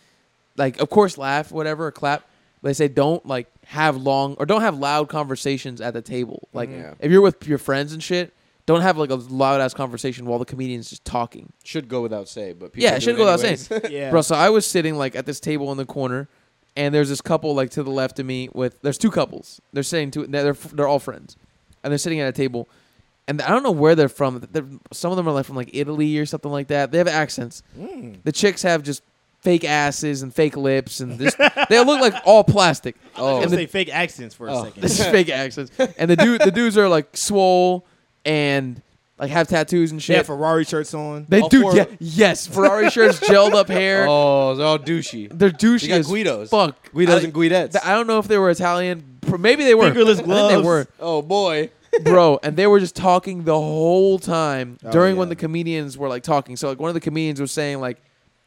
like of course laugh, whatever, or clap. But they say don't like have long or don't have loud conversations at the table. Like
Mm, Yeah.
if you're with your friends and shit, don't have like a loud ass conversation while the comedian's just talking.
should go without say, but people
Yeah,
do
it should go without
anyways.
saying.
yeah.
Bro, so I was sitting like at this table in the corner, and there's this couple like to the left of me with there's two couples. They're sitting to they're they're all friends, and they're sitting at a table, and I don't know where they're from. They're, some of them are like from like Italy or something like that. They have accents.
Mm.
The chicks have just fake asses and fake lips, and this, they look like all plastic.
I
Oh,
was
And the-
gonna say fake accents for
Oh.
a second.
This is fake accents. And the dude the dudes are like swole and like have tattoos and
They
shit.
have Ferrari shirts on.
they
All
do
four-
yeah, yes Ferrari shirts, gelled up hair.
oh, they're all douchey.
They're douchey
You got
as
Guidos,
fuck.
Guidos
I-
and Guidettes.
Th- I don't know if they were Italian. Pr- Maybe they were.
Fingerless
I think
gloves.
they were,
oh boy,
bro. And they were just talking the whole time
Oh,
during when
yeah.
the comedians were like talking. So like one of the comedians was saying like,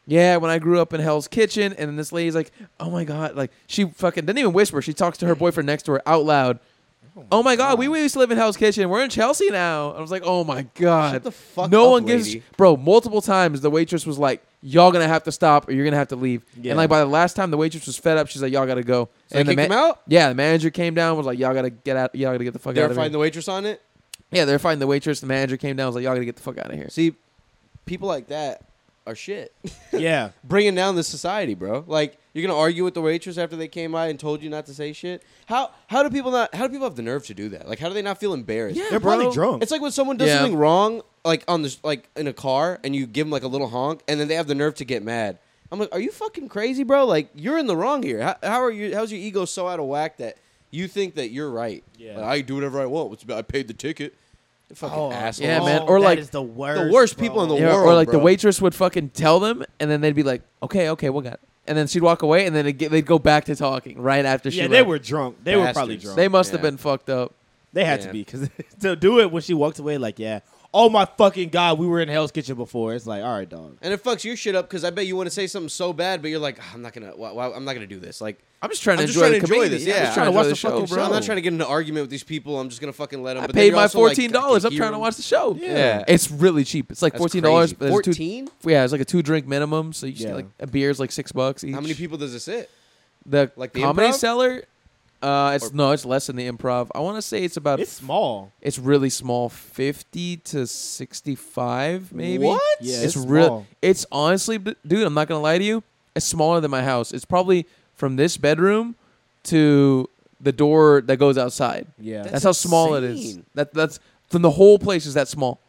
"Yeah, when I grew up in Hell's Kitchen," and then this lady's like, "Oh my god!" Like she fucking didn't even whisper. She talks to her boyfriend next to her out loud. Oh my god, we, we used to live in Hell's Kitchen. We're in Chelsea now. I was like, oh my god.
Shut the fuck
no
up,
one gives
lady.
bro, multiple times the waitress was like, Y'all gonna have to stop or you're gonna have to leave.
Yeah.
And like by the last time the waitress was fed up, she's like, Y'all gotta go.
So
and
they
the
kicked him out?
Yeah, the manager came down, was like, Y'all gotta get out y'all gotta get the fuck
they're
out of here.
fighting the waitress on it.
yeah, they're fighting the waitress, the manager came down, was like, Y'all gotta get the fuck out of here.
See, people like that are shit.
yeah.
Bringing down the society, bro. Like you're gonna argue with the waitress after they came by and told you not to say shit. How how do people not? How do people have the nerve to do that? Like how do they not feel embarrassed?
Yeah,
They're probably
bro.
drunk.
It's like when someone does
Yeah.
something wrong, like on this, like in a car, and you give them like a little honk, and then they have the nerve to get mad. I'm like, are you fucking crazy, bro? Like you're in the wrong here. How, how are you? How's your ego so out of whack that you think that you're right?
Yeah.
Like, I can do whatever I want. What's about? I paid the ticket. Fucking asshole.
Yeah, man.
Oh,
Or
that
like-
is the worst,
worst people
bro.
in the
Yeah, or
world,
like the
bro.
waitress would fucking tell them and then they'd be like, Okay, okay, we'll got it. And then she'd walk away and then it'd get, they'd go back to talking right after she
Yeah,
left.
they were drunk. They were probably
Bastards.
drunk.
they must have
Yeah.
been fucked up.
They had
Yeah.
to be because to do it when she walked away, like, yeah, oh my fucking god, we were in Hell's Kitchen before. It's like, all right, dog.
And it fucks your shit up because I bet you want to say something so bad, but you're like, "Ah, I'm not gonna, why, why, I'm not gonna do this. Like,
I'm just trying to
I'm just
enjoy
trying
the
to enjoy
community.
this, yeah.
I'm just trying to
I
watch the
watch the
fucking
fucking
show,
show.
I'm not trying to get in an argument with these people. I'm just gonna fucking let them.
I
then
paid
you're
my
also like, I
fourteen dollars.
can
I'm trying
hear
to watch the show.
them. Yeah,
It's really cheap. It's like
That's
fourteen dollars.
crazy. Fourteen.
Yeah, it's like a two drink minimum. So you just
Yeah.
get like a beer's like six bucks each.
How many people does it sit?
The
like the
comedy
improv?
cellar. Uh, it's
Or-
no, it's less than the improv. I want to say it's about
It's
it's,
small.
really small, fifty to sixty five maybe.
What?
Yeah,
It's,
it's
real.
small.
It's honestly, b- dude. I'm not gonna lie to you. it's smaller than my house. It's probably from this bedroom to the door that goes outside.
Yeah.
That's, how small it is.
insane.
That that's from the whole place is that small.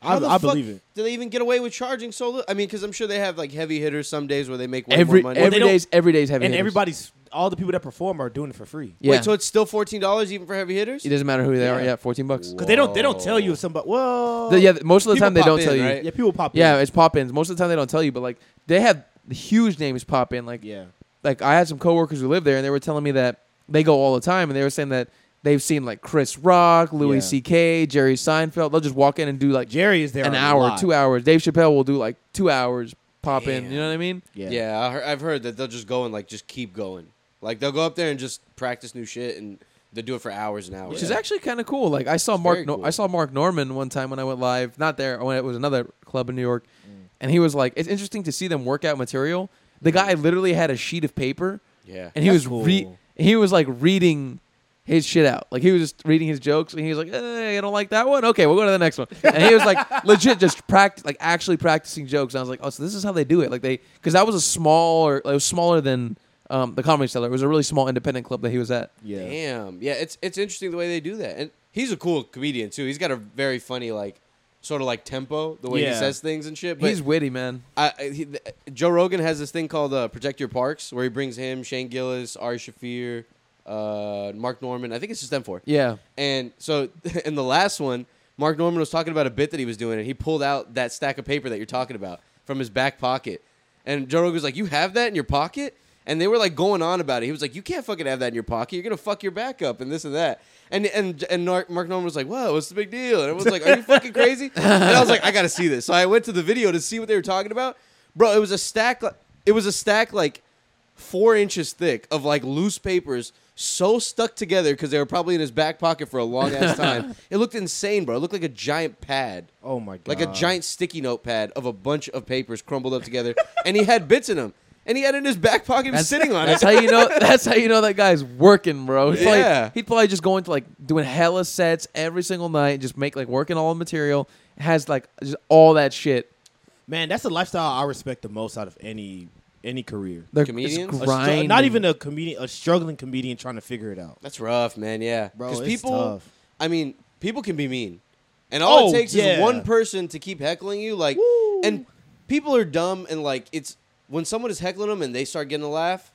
How
I,
the
I
fuck
believe it.
Do they even get away with charging so little? I mean, because I'm sure they have like heavy hitters some days where they make way
Every
more
every
money.
day's
don't-
every day's heavy.
And
hitters.
everybody's all the people that perform are doing it for free.
yeah.
Wait, so it's still fourteen dollars even for heavy hitters?
it doesn't matter who they are.
Yeah.
Yeah, fourteen bucks.
Because they don't they don't tell you if somebody well
The- yeah, most of the
People
time they
pop
don't
in,
tell you.
right?
yeah, people pop
Yeah,
in.
it's pop ins. Most of the time they don't tell you, but like they have huge names pop in. Like
Yeah.
like I had some coworkers who live there, and they were telling me that they go all the time, and they were saying that they've seen like Chris Rock, Louis
Yeah.
C.K., Jerry Seinfeld. They'll just walk in and do like
Jerry is there
an
a
hour,
lot.
two hours. Dave Chappelle will do like two hours pop in. You know what I mean?
Yeah, I heard, I've heard that they'll just go and like just keep going. Like they'll go up there and just practice new shit, and they do it for hours and hours.
Which is actually kind of cool. Like I saw
It's
Mark,
very
no-
cool.
I saw Mark Norman one time when I went live. Not there. When it was another club in New York, and he was like, "It's interesting to see them work out material." The guy literally had a sheet of paper
yeah.
and he
That's
was re-
cool.
he was like reading his shit out. Like he was just reading his jokes, and he was like, "Hey, I don't like that one. Okay, we'll go to the next one." And he was like, legit, just practice, like actually practicing jokes. And I was like, "Oh, so this is how they do it." Like they, because that was a smaller, it was smaller than um, the Comedy Cellar. It was a really small independent club that he was at.
Yeah.
Damn. Yeah, it's it's interesting the way they do that. And he's a cool comedian too. He's got a very funny like sort of like tempo, the way he
Yeah.
says things and shit. But
He's witty, man.
I, I- he, th- Joe Rogan has this thing called uh, Protect Your Parks, where he brings him, Shane Gillis, Ari Shafir, uh, Mark Norman. I think it's just them four.
Yeah,
And so in the last one, Mark Norman was talking about a bit that he was doing, and he pulled out that stack of paper that you're talking about from his back pocket. And Joe Rogan was like, "You have that in your pocket?" And they were like going on about it. He was like, "You can't fucking have that in your pocket. You're gonna fuck your back up and this and that." And and and Mark Mark Norman was like, "Whoa, what's the big deal?" And everyone's like, "Are you fucking crazy?" And I was like, "I gotta see this." So I went to the video to see what they were talking about, bro. It was a stack. li- It was a stack like four inches thick of like loose papers so stuck together because they were probably in his back pocket for a long ass time. It looked insane, bro. It looked like a giant pad.
Oh my god.
Like a giant sticky notepad of a bunch of papers crumbled up together, and he had bits in them, and he had it in his back pocket. He was sitting on
That's
it.
how you know. That's how you know that guy's working, bro. He's probably-
Yeah.
he'd probably just go into like doing hella sets every single night, just make like working all the material. Has like just all that shit.
Man, that's the lifestyle I respect the most out of any any career.
They're
Comedians?
just
A str-
grinding.
not even a comedian, a struggling comedian trying to figure it out.
That's rough, man. Yeah,
Bro,
because
it's
people,
tough.
I mean, people can be mean, and all
Oh,
it takes is
yeah.
one person to keep heckling you. Like, and people are dumb, and like, it's when someone is heckling them and they start getting a laugh,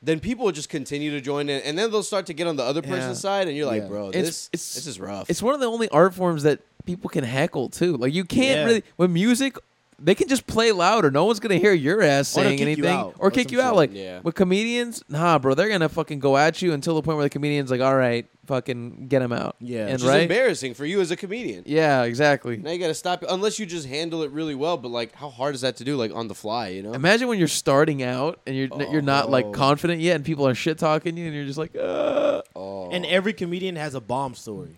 then people will just continue to join in, and then they'll start to get on the other
Yeah.
person's side, and you're like,
Yeah.
bro,
It's-
this
it's-
this is rough.
It's one of the only art forms that people can heckle too. Like you can't
Yeah.
really with music. They can just play louder. No one's gonna hear your ass
Or they'll
saying
kick you
anything,
out
or
or
kick
some
you out.
shit.
Like
Yeah.
with comedians, nah, bro, they're gonna fucking go at you until the point where the comedian's like, "All right, fucking get him out."
Yeah.
and
Which is
right,
embarrassing for you as a comedian.
yeah, exactly.
Now you got to stop it unless you just handle it really well. But like, how hard is that to do? Like on the fly, you know?
Imagine when you're starting out and you're you're not
Oh.
like confident yet, and people are shit talking you, and you're just like, uh.
Oh,
And every comedian has a bomb story.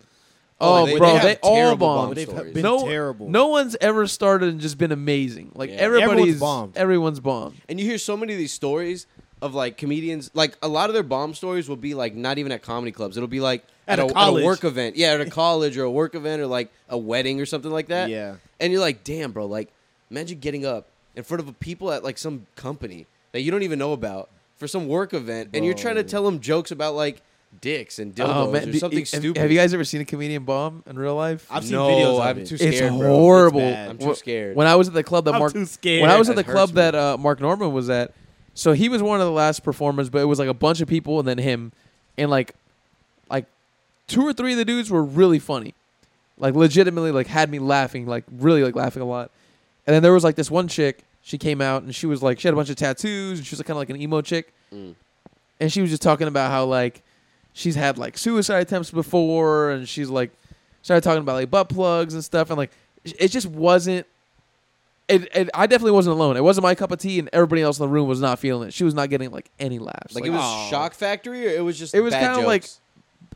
oh,
they- they
bro,
have
they, all
terrible
bombed.
bomb
They've
stories.
been
no,
terrible.
No one's ever started and just been amazing. Like
Yeah.
everybody's
Everyone's bombed.
Everyone's bombed.
And you hear so many of these stories of like comedians, like a lot of their bomb stories will be like not even at comedy clubs. It'll be like
At a
a,
college.
work event. Yeah, at a college or a work event or like a wedding or something like that.
Yeah.
And you're like, damn, bro, like imagine getting up in front of people at like some company that you don't even know about for some work event and you're trying to
Bro.
tell them jokes about like dicks and dildos or
Oh, do-
something
have-
stupid.
Have you guys ever seen a comedian bomb in real life?
I've seen
no,
videos of
I'm
it.
too scared.
it's
bro.
horrible.
It's bad.
I'm
Wh-
too scared.
When I was at the club that
I'm
Mark
too scared.
when I was at the
That
club
hurts me.
that uh, Mark Norman was at, so he was one of the last performers, but it was like a bunch of people and then him, and like, like, two or three of the dudes were really funny, like legitimately like had me laughing, like really like laughing a lot, and then there was like this one chick. She came out and she was like she had a bunch of tattoos and she was like, kind of like an emo chick,
Mm.
and she was just talking about how like she's had like suicide attempts before and she's like started talking about like butt plugs and stuff and like it just wasn't it, it I definitely wasn't alone. It wasn't my cup of tea and everybody else in the room was not feeling it. She was not getting like any laughs.
like, it was
Aw.
shock factory or it was just
It was
bad
kinda like-
jokes?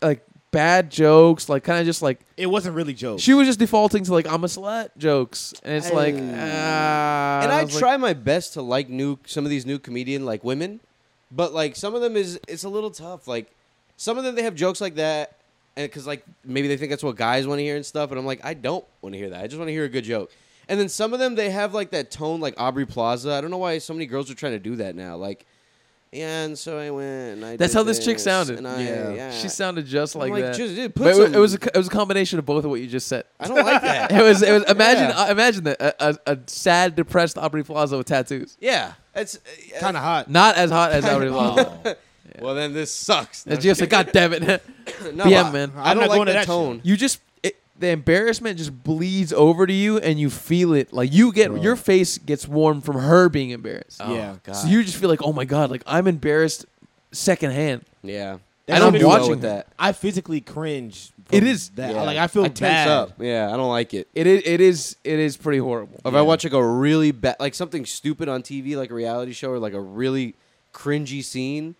like bad jokes, like kind of just like
It wasn't really jokes.
she was just defaulting to like I'm a slut jokes and it's like
Hey.
ah.
and I,
was like,
try my best to like new some of these new comedian like women, but like some of them is it's a little tough. Like some of them they have jokes like that, and because like maybe they think that's what guys want to hear and stuff, and I'm like I don't want to hear that. I just want to hear a good joke. And then some of them they have like that tone like Aubrey Plaza. I don't know why so many girls are trying to do that now. Like, yeah, and so I went. And I
That's
did
how this chick sounded.
and I-
Yeah.
yeah.
She sounded just
I'm
like,
like,
that.
just, dude, put
but it, wa-
some-
it was a, co- it was a combination of both of what you just said.
I don't like that.
It was it was imagine
Yeah.
uh, imagine that a, a, a sad depressed Aubrey Plaza with tattoos.
yeah, it's uh,
Kind of hot.
Not as hot as Aubrey Plaza.
Oh.
Well, then this sucks.
It's just like God damn it.
No,
yeah,
I-
man.
I
I'm
don't
not
like
going to
that
that
tone.
You just it, the embarrassment just bleeds over to you and you feel it. Like you get
Bro.
your face gets warm from her being embarrassed.
Oh, Yeah.
So you just feel like, "Oh my god, like I'm embarrassed secondhand."
yeah.
That
I don't
shit
do
is
well
dope.
with that.
I physically cringe. from
It is.
that.
Yeah.
Like I feel
I
bad.
tense up. Yeah, I don't like it.
It is it is it is pretty horrible.
If I watch like a really bad, like something stupid on TV, like a reality show, or like a really cringy scene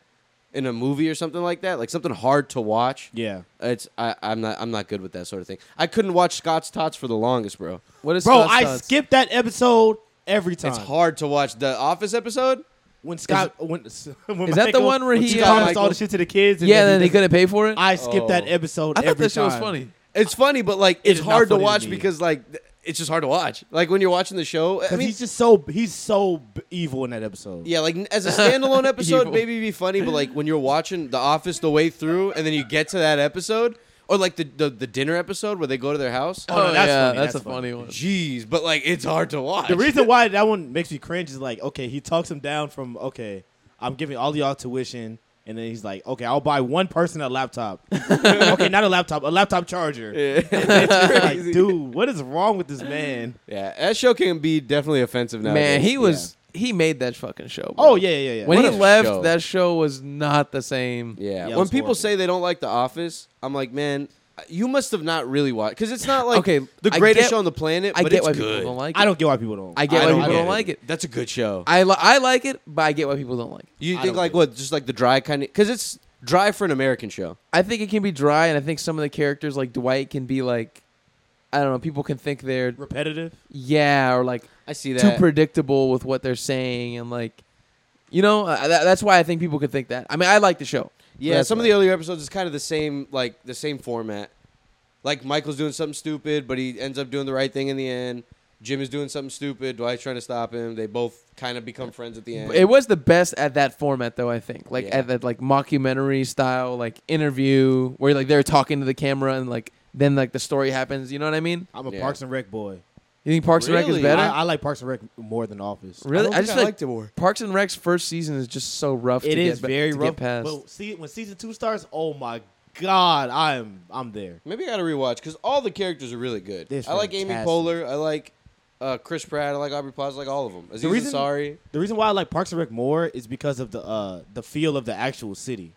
in a movie or something like that, like something hard to watch.
Yeah.
It's I, I'm not I'm not good with that sort of thing. I couldn't watch Scott's Tots for the longest, bro.
What is
Bro,
Scott's
I
thoughts?
skip that episode every time.
It's hard to watch the Office episode.
When Scott, when, when
Is that the
Michael-
one where
when
he,
Scott
uh,
promised all
Michael-
the shit to the kids? And
Yeah,
then
then
he
they
doesn't-
couldn't pay for it.
I skipped that
Oh.
episode.
I thought
every
that shit was
time.
funny.
It's funny, but like it's
is not
hard to
funny to
watch
me.
because like th- it's just hard to watch. Like when you're watching the show, I
'Cause
mean,
he's just so he's so b- evil in that episode.
yeah, like as a standalone episode,
Evil.
maybe it'd be funny, but like when you're watching The Office the way through, and then you get to that episode, or like the the, the dinner episode where they go to their house.
Oh, no, that's
yeah,
funny,
that's,
that's
a funny one.
Jeez, but like it's hard to watch.
The reason why that one makes me cringe is like, okay, he talks him down from okay, I'm giving all y'all tuition, and then he's like, okay, I'll buy one person a laptop. okay, not a laptop, a laptop charger. It's like, dude, what is wrong with this man?
yeah, that show can be definitely offensive now.
Man, he was he made that fucking show. bro.
Oh yeah, yeah, yeah.
When
What
he
a
left,
show.
that show was not the same.
Yeah.
Yeah, it
when
was
people
horrible.
say they don't like The Office, I'm like, man, you must have not really watched because it's not like
Okay,
the
I
greatest
get-
show on the planet.
I
but
get
it's
why
good.
people don't like it.
I don't get why people don't.
I get
I
why
don't
people
get
don't
it.
like it.
That's a good show.
I li- I like it, but I get why people don't like it.
you
I
think
don't
like
get
what? Just like the dry kind of because it's dry for an American show.
I think it can be dry, and I think some of the characters like Dwight can be like, I don't know. People can think they're
repetitive.
yeah or like
I see
too
that.
predictable with what they're saying, and like, you know, uh, that, that's why I think people could think that. I mean, I like the show.
yeah,
That's
some of
why.
the earlier episodes is kind of the same, like the same format. Like Michael's doing something stupid, but he ends up doing the right thing in the end. Jim is doing something stupid. Dwight's trying to stop him. They both kind of become friends at the end.
It was the best at that format, though. I think, like
Yeah.
at that like mockumentary style, like interview where like they're talking to the camera and like then like the story happens. You know what I mean?
I'm a
Yeah.
Parks and Rec boy.
You think Parks and Rec
Really?
is better?
I, I like Parks and Rec more than Office.
really?
don't
I,
think
just feel like
liked it more.
Parks and Rec's first season is just so rough.
It
to
is
get, ba-
very
to
rough.
Get past.
But see, when season two starts, oh my god, I'm I'm there.
Maybe I gotta rewatch because all the characters are really good.
They're
I like Amy
fantastic.
Poehler. I like uh, Chris Pratt. I like Aubrey Plaza. I like all of them. Aziz
reason-
Ansari.
The reason why I like Parks and Rec more is because of the uh the feel of the actual city.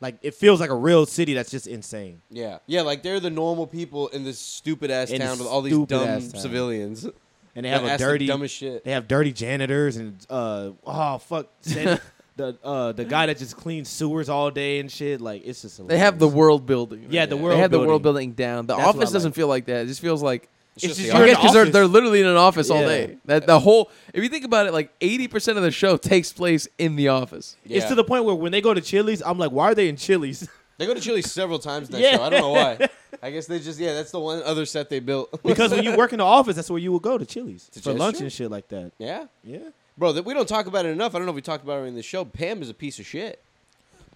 Like it feels like a real city that's just insane.
Yeah, yeah. Like they're the normal people in this stupid ass
In
town
this
with all these dumb
stupid-ass town.
civilians.
And they have
That's
a
the
dirty
dumbest shit.
They have dirty janitors and uh oh fuck Sandy- the uh the guy that just cleans sewers all day and shit. Like it's just
They have the
hilarious.
world building.
Yeah, the
They
world
have the world
building.
building down. The
That's what
office
I
doesn't
like.
feel like that. It just feels like
It's
the
just
office.
You're
I
in
guess because they're
office.
they're literally in an office all
Yeah.
day. That the whole. If you think about it, like eighty percent of the show takes place in the office.
It's
Yeah.
to the point where when they go to Chili's, I'm like, why are they in Chili's?
They go to Chile several times in that
Yeah.
show. I don't know why. I guess they just yeah. That's the one other set they built.
because when you work in the office, that's where you will go to Chili's for
Chili's?
lunch
Sure.
and shit like that.
yeah,
Yeah.
bro. That we don't talk about it enough. I don't know if we talked about it in the show. Pam is a piece of shit.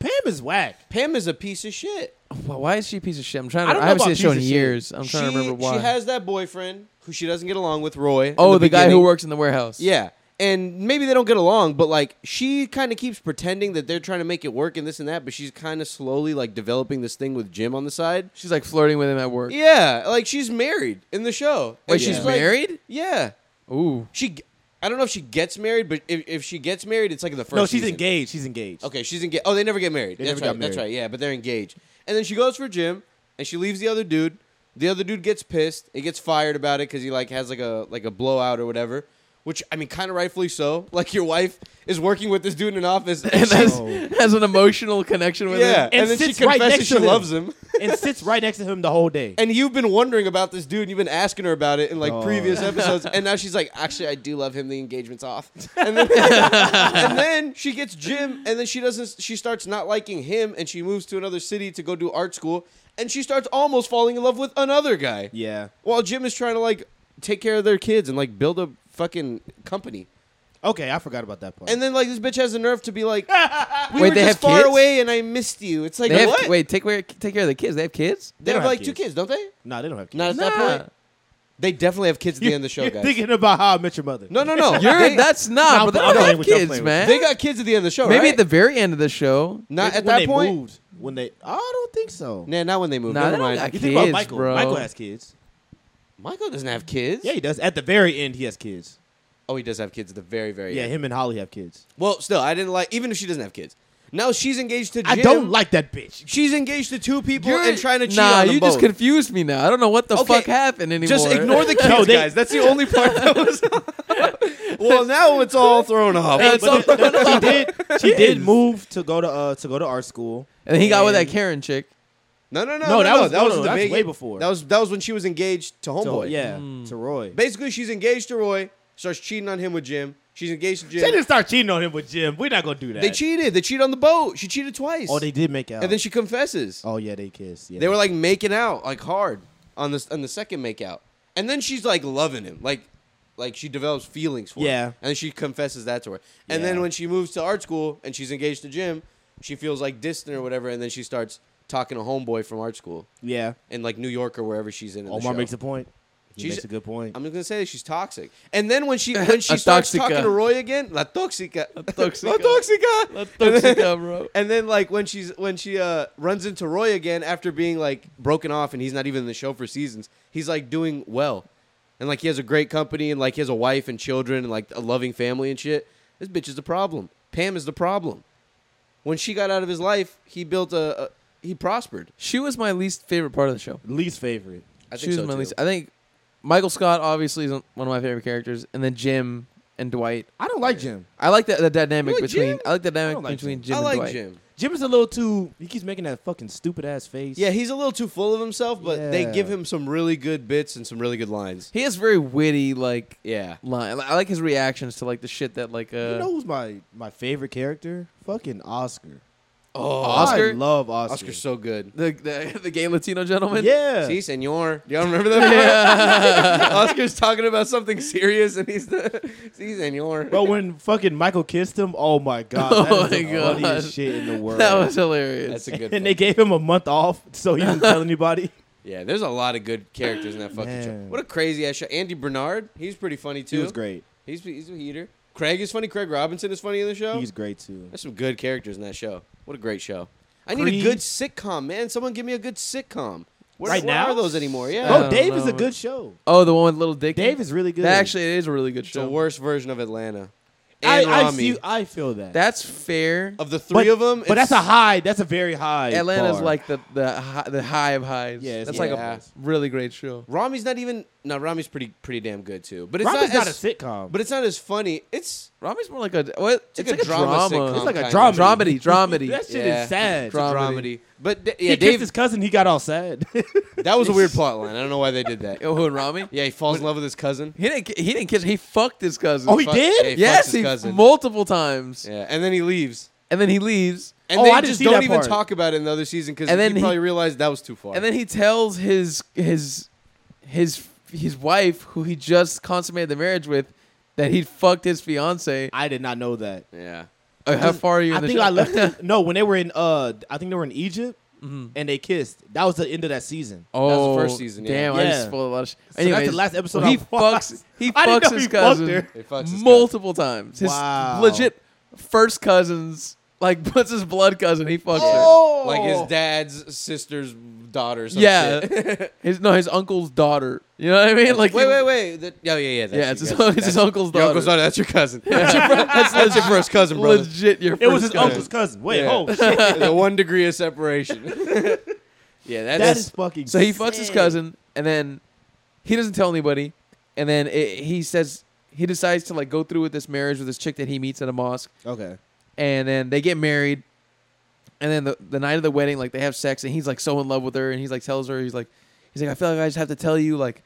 Pam is whack.
Pam is a piece of shit.
Why- Why is she a piece of shit? I'm trying. To,
I don't
I,
know
haven't
about
seen the show in
piece of shit.
years. I'm trying to
She-
remember why.
She has that boyfriend who she doesn't get along with, Roy. in
oh, the, guy who
beginning.
works in the warehouse.
Yeah. And maybe they don't get along, but like she kind of keeps pretending that they're trying to make it work and this and that, but she's kind of slowly like developing this thing with Jim on the side.
she's like flirting with him at work.
Yeah, like she's married in the show.
Wait,
And
she's
like-
married?
Yeah.
Ooh,
She g- I don't know if she gets married, but if, if she gets married, it's like in the first
No, she's
season.
engaged. She's engaged.
Okay, she's engaged. Oh, they never get married.
They
that's
never
right.
got
That's
married.
right. Yeah, but they're engaged. And then she goes for Jim, and she leaves the other dude. The other dude gets pissed. He gets fired about it because he like has like a like a blowout or whatever. Which I mean, kind of rightfully so. Like your wife is working with this dude in an office, and,
and
she-
has,
Oh.
has an emotional connection with
yeah,
him.
and,
And
then she
sits right
confesses
next
she
to him.
loves him.
and sits right next to him the whole day.
And you've been wondering about this dude. and You've been asking her about it in like
Oh.
previous episodes, and now she's like, "Actually, I do love him. The engagement's off." And then, and then she gets Jim, and then she doesn't. She starts not liking him, and she moves to another city to go do art school, and she starts almost falling in love with another guy.
Yeah.
While Jim is trying to like take care of their kids and like build a fucking company.
Okay, I forgot about that part.
And then like this bitch has the nerve to be like, we
Wait,
were
they
just
have
far
kids?
away and I missed you. It's like
they have,
what?
Wait, take care, take care of the kids. They have kids.
they,
They
have
don't have
like two kids,
kids.
don't they?
no, they don't have kids.
Not at that
Nah.
point. They definitely have kids at the end of the show,
You're
guys.
thinking about how I met your mother.
no, no, no.
You're,
they,
that's not.
Nah,
but they
I'm
don't
playing
have
with you, I'm
kids,
playing with
man.
they got kids at the end of the show.
Maybe
right?
at the very end of the show.
not
It's
at
when
that
they
point.
Moved, when they, I don't think so.
Nah, not when they moved.
Nah,
Never
they don't
mind.
got
you think about
kids,
Michael?
bro.
Michael has kids.
Michael doesn't have kids.
Yeah, he does. At the very end, he has kids.
Oh, he does have kids at the very, very
Yeah,
end.
him and Holly have kids.
Well, still, I didn't like. Even if she doesn't have kids, now she's engaged to. Jim.
I don't like that bitch.
She's engaged to two people
You're-
and trying to cheat
nah,
on them
you just
both.
confused me now. I don't know what the
Okay,
fuck happened anymore.
Just ignore the kids,
No, they-
guys. That's the only part that was. well, now it's all thrown off.
Hey,
But
so-
the- she did. She did move to go to uh, to go to art school.
and he got with that
And-
Karen chick.
No, no, no,
No, that was-
that
no,
was
no,
the
that's
big,
way before.
That was that was when she was engaged to homeboy.
So, yeah,
Mm.
to Roy.
Basically, she's engaged to Roy. Starts cheating on him with Jim. She's engaged to
She
Jim.
didn't start cheating on him with Jim. We're not gonna do that.
They cheated. They cheated on the boat. She cheated twice.
Oh, they did make out.
and then she confesses.
oh yeah, they kissed. Yeah,
They were like making out like hard on this on the second make out. And then she's like loving him. Like like she develops feelings for
Yeah.
him. And then she confesses that to her. And
Yeah.
then when she moves to art school and she's engaged to Jim, she feels like distant or whatever and then she starts talking to homeboy from art school
yeah.
in like New York or wherever she's in. in the
Omar
show.
makes a point. He
She's-
makes a good point.
I'm just gonna say she's toxic. And then when she when she
A
starts
toxica.
talking to Roy again, la toxica, la
toxica.
toxica,
La toxica, bro.
And then like when she's when she uh runs into Roy again after being like broken off and he's not even in the show for seasons, he's like doing well, and like he has a great company and like he has a wife and children and like a loving family and shit. This bitch is the problem. Pam is the problem. When she got out of his life, he built a, a he prospered.
She was my least favorite part of the show.
Least favorite.
I
she
think
was
so
my
too.
least. I think Michael Scott obviously is one of my favorite characters, and then Jim and Dwight.
I don't like Jim.
I like the, the dynamic
You like
between.
Jim?
I like the dynamic
don't like
between
Jim.
Jim.
I
and
like
Dwight.
Jim.
Jim is a little too. He keeps making that fucking stupid ass face.
Yeah, he's a little too full of himself, but they
Yeah.
give him some really good bits and some really good lines.
He has very witty like
Yeah.
line. I like his reactions to like the shit that like uh
You know who's my my favorite character? Fucking Oscar.
Oh,
Oscar?
I love Oscar.
Oscar's so good.
the, the the gay Latino gentleman.
yeah.
See, senor. Do y'all remember that? Oscar's talking about something serious, and he's the see, senor.
Bro, when fucking Michael kissed him, oh my god, that
Oh
is the
my God.
funniest shit in the world.
that was hilarious.
That's a good.
and they gave him a month off so he didn't tell anybody.
yeah, there's a lot of good characters in that fucking show.
Man.
What a crazy ass show. Andy Bernard, he's pretty funny too.
He was great.
He's he's a heater. Craig is funny. Craig Robinson is funny in the show.
He's great too.
There's some good characters in that show. What a great show. I need a
Creed.
good sitcom, man. Someone give me a good sitcom. Where,
Right
where
now?
are those anymore? Yeah.
I
Bro,
don't
Dave
know,
is a
man.
good show.
oh, the one with Little Dick.
Dave is really good.
That actually it is a really good
It's the
show.
worst version of Atlanta.
I,
And
I
Rami.
see. I feel that.
That's fair.
of the three
but,
of them,
But that's a
it's-
high. That's a very high.
Atlanta's
bar.
like the the high, the high of highs.
Yeah, it's
that's
like
like
a-
a really great show.
Rami's not even. No, Rami's pretty pretty damn good too. But it's
Rami's
not,
not,
as,
a sitcom.
But it's not as funny. It's
Rami's more like a what? It's,
like
like
a
a,
drama
drama.
sitcom.
it's like a
kinda.
drama.
Dramedy, dramedy.
that shit
Yeah.
is sad.
Dra- Dramedy.
dramedy. But da-
he
yeah,
kissed
Dave.
his cousin. He got all sad.
That was a weird plot line. I don't know why they did that.
Oh, who and Rami?
Yeah, he falls in love with his cousin.
He didn't. ki- He didn't kiss. He fucked his cousin.
Oh, he
Fuck-
did?
yeah, he fucks
yes,
his
he
cousin.
multiple times,
yeah, and then he leaves.
and then he leaves,
And
Oh,
they
I didn't
just
see
don't
that
even
part.
talk about it in the other season because
And then
he
he-
probably realized that was too far.
and then he tells his his his his wife, who he just consummated the marriage with, that he fucked his fiance.
I did not know that.
yeah,
Uh, How far are you?
I
in the
think
show?
I left. it- no, when they were in, uh, I think they were in Egypt, and they kissed. That was the end of that season.
Oh,
was the first season, yeah.
Damn, I
Yeah.
just spoiled a lot of shit.
So that's the
Anyways,
last episode
He
I watched.
fucks. He
I didn't
fucks
know
his
he fucked
cousin
her.
He fucks his
multiple times. His
Wow.
legit first cousins, like puts his blood cousin. He fucks
Oh.
like his dad's sister's daughter. Or
her.
some shit.
Yeah, his no, his uncle's daughter. You know what I mean? Like,
Wait,
he-
wait, wait. That- oh, yeah, yeah. That's
Yeah, it's
you
his,
guys.
it's his
That's-
uncle's
Your
daughter.
uncle's daughter. That's your cousin. that's, your, that's, your first cousin, brother.
Legit, your
It
first
was his
cousin.
uncle's cousin. Wait,
Yeah.
oh shit,
the one degree of separation. yeah, that's,
that is fucking.
So he fucks his
sick.
cousin, and then he doesn't tell anybody. And then it, he says he decides to like go through with this marriage with this chick that he meets at a mosque.
Okay.
and then they get married and then the, the night of the wedding like they have sex and he's like so in love with her and he's like tells her he's like he's like i feel like i just have to tell you like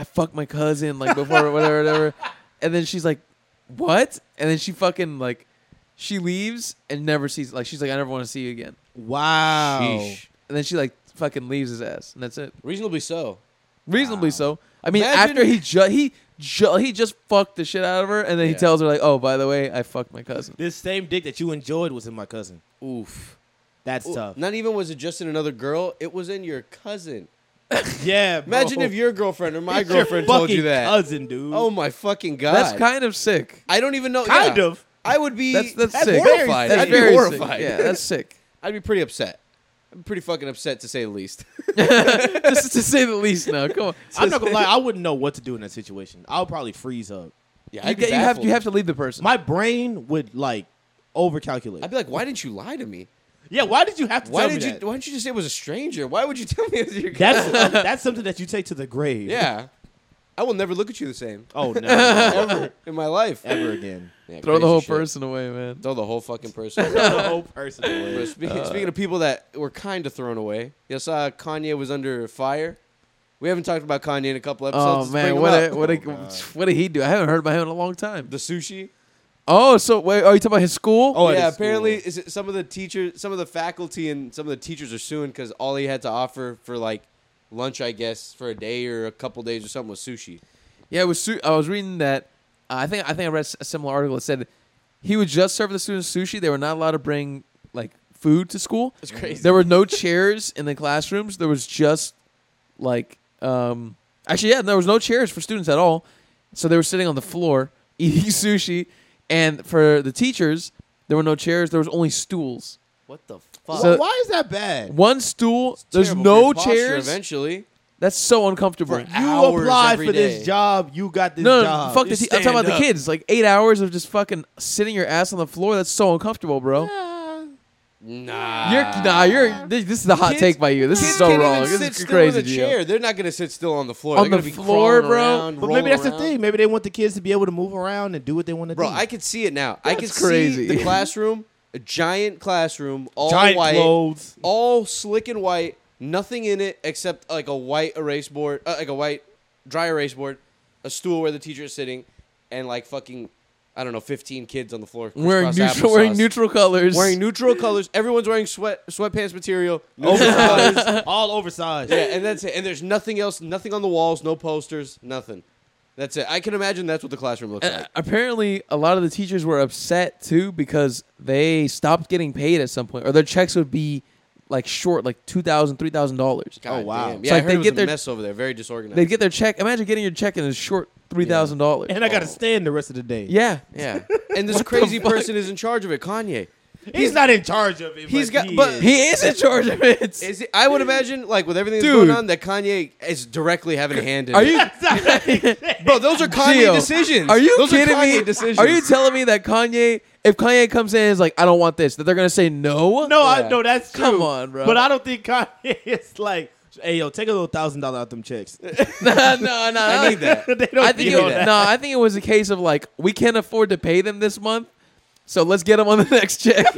i fucked my cousin like before whatever whatever and then she's like what and then she fucking like she leaves and never sees like she's like i never want to see you again
Wow.
Sheesh.
and then she like fucking leaves his ass and that's it
reasonably so.
reasonably so. I mean,
Imagine-
after he ju- he ju- he just fucked the shit out of her, and then he
Yeah.
tells her like, "Oh, by the way, I fucked my cousin."
This same dick that you enjoyed was in my cousin.
Oof.
That's
Well,
tough.
Not even was it just in another girl, it was in your cousin.
Yeah. Bro.
Imagine if your girlfriend or my
oh. It's your
girlfriend told
fucking
you that.
cousin, dude.
Oh my fucking god.
That's kind of sick.
I don't even know.
kind
yeah.
of.
I would be.
That's that's,
That's
sick.
horrified.
That's
I'd be
very sick.
horrified.
Yeah, that's sick.
I'd be pretty upset. I'm pretty fucking upset to say the least.
Just to say the least. Now, come on.
I'm not gonna lie. I wouldn't know what to do in that situation. I'll probably freeze up.
yeah,
You,
I'd be
get, you have
baffled.
you have to leave the person.
My brain would like overcalculate.
I'd be like, why didn't you lie to me?
yeah. Why did you have to
Why
tell
did
me
you?
that?
Why didn't you just say it was a stranger? Why would you tell me it was your cousin?
That's um, that's something that you take to the grave.
yeah. I will never look at you the same
Oh no. no, no.
ever in my life.
Ever again.
Yeah,
Throw the
crazy
whole
shit.
person away, man.
Throw the whole fucking person.
the whole person. away.
But speak-
Uh.
speaking, of people that were kind of thrown away, you saw Kanye was under fire. We haven't talked about Kanye in a couple episodes.
Oh
Let's
man,
bring him
what
up.
a, what a,
Oh,
what did he do? I haven't heard about him in a long time.
the sushi.
Oh, so wait, are you talking about his school?
Oh, at
yeah.
his school.
Apparently, is it some of the teachers, some of the faculty, and some of the teachers are suing because all he had to offer for like lunch, I guess, for a day or a couple days or something was sushi.
yeah. It was. Su- I was reading that. Uh, I think I think I read s- a similar article that said he would just serve the students sushi. They were not allowed to bring like food to school.
That's crazy.
There were no chairs in the classrooms. There was just like um actually yeah, there was no chairs for students at all. So they were sitting on the floor eating sushi and for the teachers, there were no chairs, there was only stools.
What the fuck?
Why-
So-
why is that bad?
One stool, there's
Terrible for your
no
posture
chairs.
Eventually,
That's so uncomfortable.
For
You
hours
applied
every
for
day.
this job. You got this
No, no,
job.
fuck the
Just
te- I'm talking
stand
about
up.
the kids. Like 8 hours of just fucking sitting your ass on the floor. That's so uncomfortable, bro.
nah.
You're nah, you're this, this is a hot
Kids-
take by you. This
Kids
is so
can't
wrong.
Even
This
sit
is
still
crazy.
in a
Gio.
chair. They're not gonna sit still on the floor.
On
They're gonna
the
be
floor,
crawling
bro?
around,
But maybe
rolling
that's the
around.
thing. Maybe they want the kids to be able to move around and do what they want to
Bro,
do.
I could see it now. I
That's
could
crazy.
see the classroom, a giant classroom, all
giant
white,
clothes.
all slick and white, nothing in it except like a white erase board, uh, like a white dry erase board, a stool where the teacher is sitting, and like fucking, I don't know, fifteen kids on the floor
Wearing
crisscross
neutral,
applesauce.
wearing neutral colors.
wearing neutral colors. Everyone's wearing sweat sweatpants material. Neutral colors.
Oversized. all oversized.
Yeah, and that's it. And there's nothing else, nothing on the walls, no posters, nothing. That's it. I can imagine that's what the classroom looks
Uh,
like.
apparently, a lot of the teachers were upset too because they stopped getting paid at some point, or their checks would be like short, like two thousand, three thousand dollars.
God
wow.
damn.
oh, It's
Yeah, I
like
heard
they
it was
get
a
their-
mess over there. Very disorganized.
They'd get their check. Imagine getting your check and it's short three thousand dollars.
And I got to stand the rest of the day.
yeah,
yeah, and this
What the
crazy
fuck?
person is in charge of it. Kanye.
He's not in charge of it.
He's
but
got-
he
but
is.
he is in charge of it.
Is it, I would imagine, like with everything that's
Dude.
going on, that Kanye is directly having a hand in.
Are
it.
you
bro? Those are Kanye
Gio,
decisions.
Are you
those
kidding
are Kanye
me?
Decisions.
Are you telling me that Kanye, if Kanye comes in, and is like, I don't want this, that they're gonna say no?
No,
Yeah.
I no, that's true.
Come on, bro.
But I don't think Kanye is like, hey, yo, take a little thousand dollar out them checks.
no, no, no.
I need that.
they don't
I think
need
it,
all that.
no, I think it was a case of like we can't afford to pay them this month, so let's get them on the next check.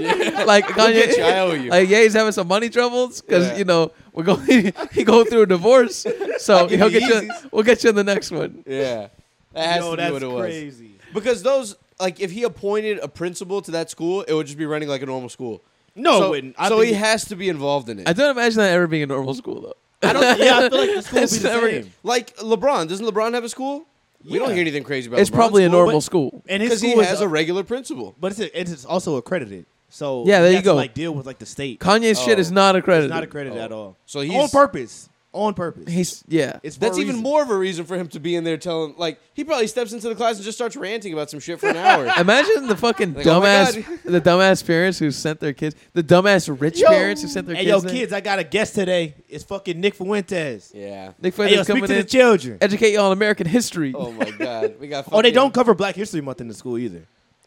like Kanye,
get you, I owe you.
Like yeah, he's having some money troubles because
Yeah.
you know we're going he go through a divorce, so
give
he'll
you
get you.
Yeezys.
We'll get you in the next one.
Yeah, that has
Yo,
to be
that's
what it was.
crazy.
Because those, like, if he appointed a principal to that school, it would just be running like a normal school.
No,
so,
it wouldn't. I
so
think-
he has to be involved in it.
I don't imagine that ever being a normal school though.
I don't. Yeah, I feel like the school would
It's
be the
never-
same.
Like LeBron, doesn't LeBron have a school? We don't
Yeah.
hear anything crazy about.
It's probably a normal
but-
school.
And his
because he
school is
has
a-
a regular principal.
but it's, it's it's also accredited. So
Yeah, there
he
you
has to,
go.
like deal with like the state.
Kanye's shit
Oh.
is not accredited.
It's not accredited at all.
So
on
he's-
purpose. On purpose.
He's yeah.
it's for
That's
a
even
reason.
more of a reason for him to be in there telling. Like he probably steps into the class and just starts ranting about some shit for an hour.
Imagine the fucking
Like, oh my
dumbass, the dumbass parents who sent their kids, the dumbass rich
Yo.
parents who sent their
Hey,
kids.
yo,
there.
kids, I got a guest today. It's fucking Nick Fuentes.
yeah.
Nick
Hey,
Fuentes
yo, speak
coming
to the
in,
children.
educate y'all on American history.
Oh my god. We got.
Oh, they
fucking-
don't cover Black History Month in the school either,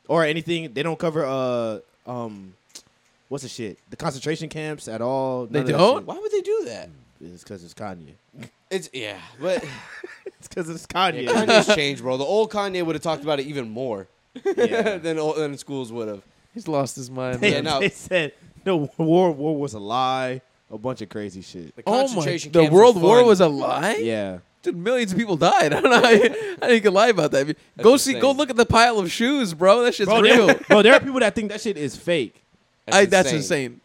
or anything. They don't cover uh um, what's the shit? The concentration camps at all?
They
None of that
don't?
Why would they do that?
shit. It's because it's Kanye.
It's yeah, but
It's because it's Kanye.
yeah, Kanye's changed, bro. The old Kanye would have talked about it even more
Yeah.
than old, than schools would have.
He's lost his mind.
They,
Yeah,
man.
no.
they said the war war was a lie. A bunch of crazy shit.
The
Oh my!
concentration
The
camps were
World War
fun.
was a lie.
Yeah.
Dude, millions of people died. I don't know. How you, I think you can lie about that. go see. Go
insane.
look at the pile of shoes, bro. That shit's
Bro
real.
there, bro, there are people that think that shit is fake.
I, that's insane.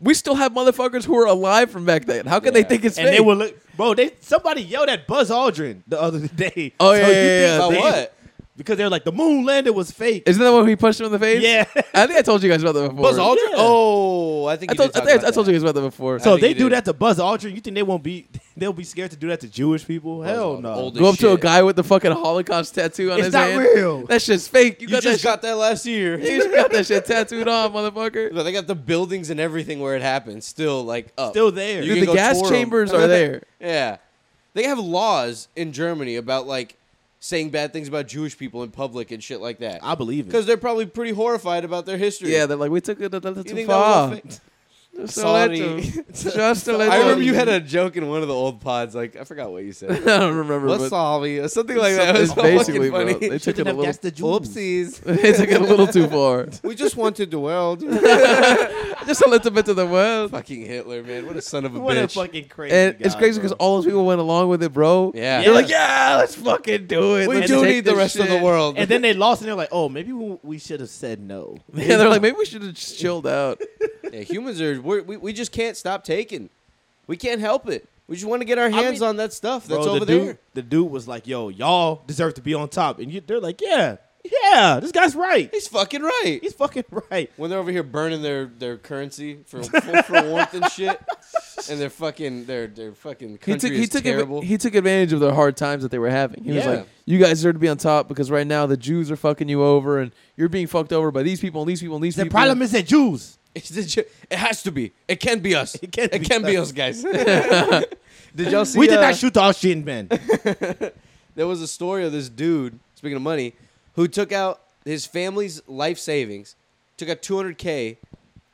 We still have motherfuckers who are alive from back then. How can they
Yeah.
think it's
and
fake?
they were look, bro. They somebody yelled at Buzz Aldrin the other day.
Oh, yeah, yeah,
you think
yeah.
About
they-
what?
Because they were like the moon landing was fake.
Isn't that when he punched him in the face?
Yeah.
I think I told you guys about that before.
Buzz Aldrin?
Yeah.
Oh, I think
I
you
told,
did
I,
talk
think I-
about
I told
that.
you guys about that before.
I
so
think
they
you
do
did.
that to Buzz Aldrin. You think they won't be? They'll be scared to do that to Jewish people? Hell
Aldrin.
no.
Old
Go up to a
shit.
guy with the fucking Holocaust tattoo on
It's
his
not
hand.
real.
That shit's fake. You,
You
got that
just
shit-
got that last year.
you just got that shit tattooed on, motherfucker.
But they got the buildings and everything where it happened still like up.
Still there.
You
Dude,
can
the
go
gas
tour 'em.
chambers are there.
Yeah, they have laws in Germany about like saying bad things about Jewish people in public and shit like that.
I believe it.
Because they're probably pretty horrified about their history.
Yeah, they're like, we took it a little
You
too
think that was
far.
a fa-
Just a
Sorry.
little. Just a little.
I remember you had a joke in one of the old pods. Like I forgot what you
I
said.
don't remember.
What's
but
sorry or something like that. It was
It's
so
basically,
fucking
bro.
funny.
They took it a
Shouldn't have
little.
guessed the Jews.
Oopsies.
they took it a little too far.
We just wanted the world.
Just a little bit of the world.
fucking Hitler, man. What a son of a
What
bitch.
a fucking crazy.
And it's
guy,
crazy
bro.
because all those people went along with it, bro.
yeah.
They're like, yeah, let's fucking do it.
we
Let's
do
take
need the
this
rest of
shit."
the world.
and then they lost, and they're like, "Oh, maybe we we should have said no."
Yeah, they're like, maybe we should have just chilled out.
Yeah, humans are we're, we we just can't stop taking. We can't help it. We just want to get our hands
mean-
on that stuff that's
Bro,
over
the dude,
there.
The dude was like, "Yo, y'all deserve to be on top," and you, they're like, "Yeah, yeah, this guy's right.
He's fucking right.
He's fucking right."
When they're over here burning their, their currency for, for for warmth and shit, and their fucking their their fucking country
He took
is
he took
terrible.
adva- he took advantage of the hard times that they were having. He was
Yeah.
like, "You guys deserve to be on top because right now the Jews are fucking you over, and you're being fucked over by these people and these people and these
The
people."
problem is that Jews.
It's the ju- it has to be. It can be us. It
can't be
us, guys. did y'all see?
We did
uh,
not shoot our shin men.
there was a story of this dude, speaking of money, who took out his family's life savings, took out 200K,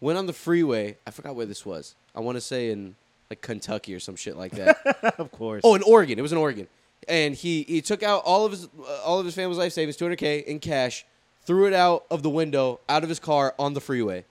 went on the freeway. I forgot where this was. I want to say in like Kentucky or some shit like that.
of course.
Oh, in Oregon. It was in Oregon. And he, he took out all of his uh, all of his family's life savings, 200k in cash, threw it out of the window, out of his car on the freeway.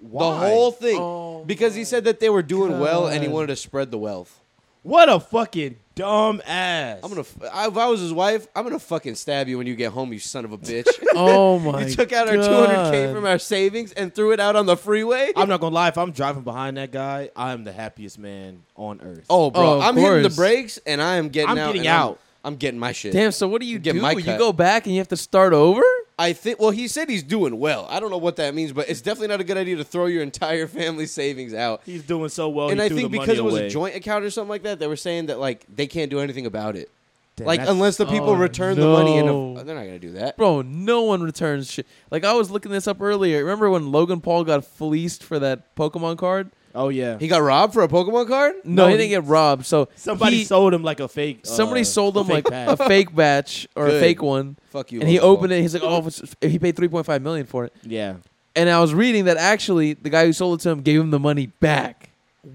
The
Why?
whole thing
Oh
because he said that they were doing well and he
God.
wanted to spread the wealth.
What a fucking dumb ass.
I'm gonna f- I, if I was his wife, I'm gonna fucking stab you when you get home, you son of a bitch.
Oh my!
you took out our
God.
200k from our savings and threw it out on the freeway.
I'm not gonna lie. If I'm driving behind that guy, I am the happiest man on earth.
oh, bro,
Oh, of
I'm hitting the
course.
brakes and I am getting
I'm
out.
getting
and I'm-
out.
I'm, getting my shit.
Damn. So what do you
Get
do?
my
You
cut.
go back and you have to start over.
I think. Well, he said he's doing well. I don't know what that means, but it's definitely not a good idea to throw your entire family savings out.
He's doing so well.
and
he
I
threw
think
the
because it
money
was
away.
a joint account or something like that, they were saying that like they can't do anything about it,
Damn,
like
that's-
unless the people
oh,
return the money. And
no.
they're not gonna do that.
Bro, no one returns shit. Like I was looking this up earlier. Remember when Logan Paul got fleeced for that Pokemon card?
Oh yeah,
He got robbed for a Pokemon card.
No,
No,
he didn't
he-
get robbed. So
somebody
he-
sold him like a fake. uh,
somebody sold
a
him
fake
like
pass.
a fake batch or a
Good.
fake one.
Fuck you.
and he
Logan Paul.
opened it. He's like, "Oh, it's- he paid three point five million for it."
yeah.
And I was reading that actually the guy who sold it to him gave him the money back.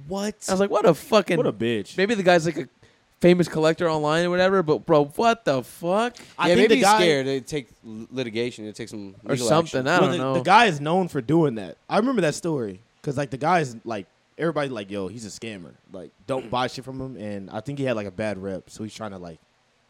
What?
I was like, "What a fucking
What a bitch.
maybe the guy's like a famous collector online or whatever." But bro, what the fuck
yeah, maybe he's scared. It take litigation. It takes some
or something? I
well,
don't
the,
know.
the guy is known for doing that. I remember that story because like the guy is like everybody like yo, he's a scammer. Like don't buy shit from him, and I think he had like a bad rep, so he's trying to like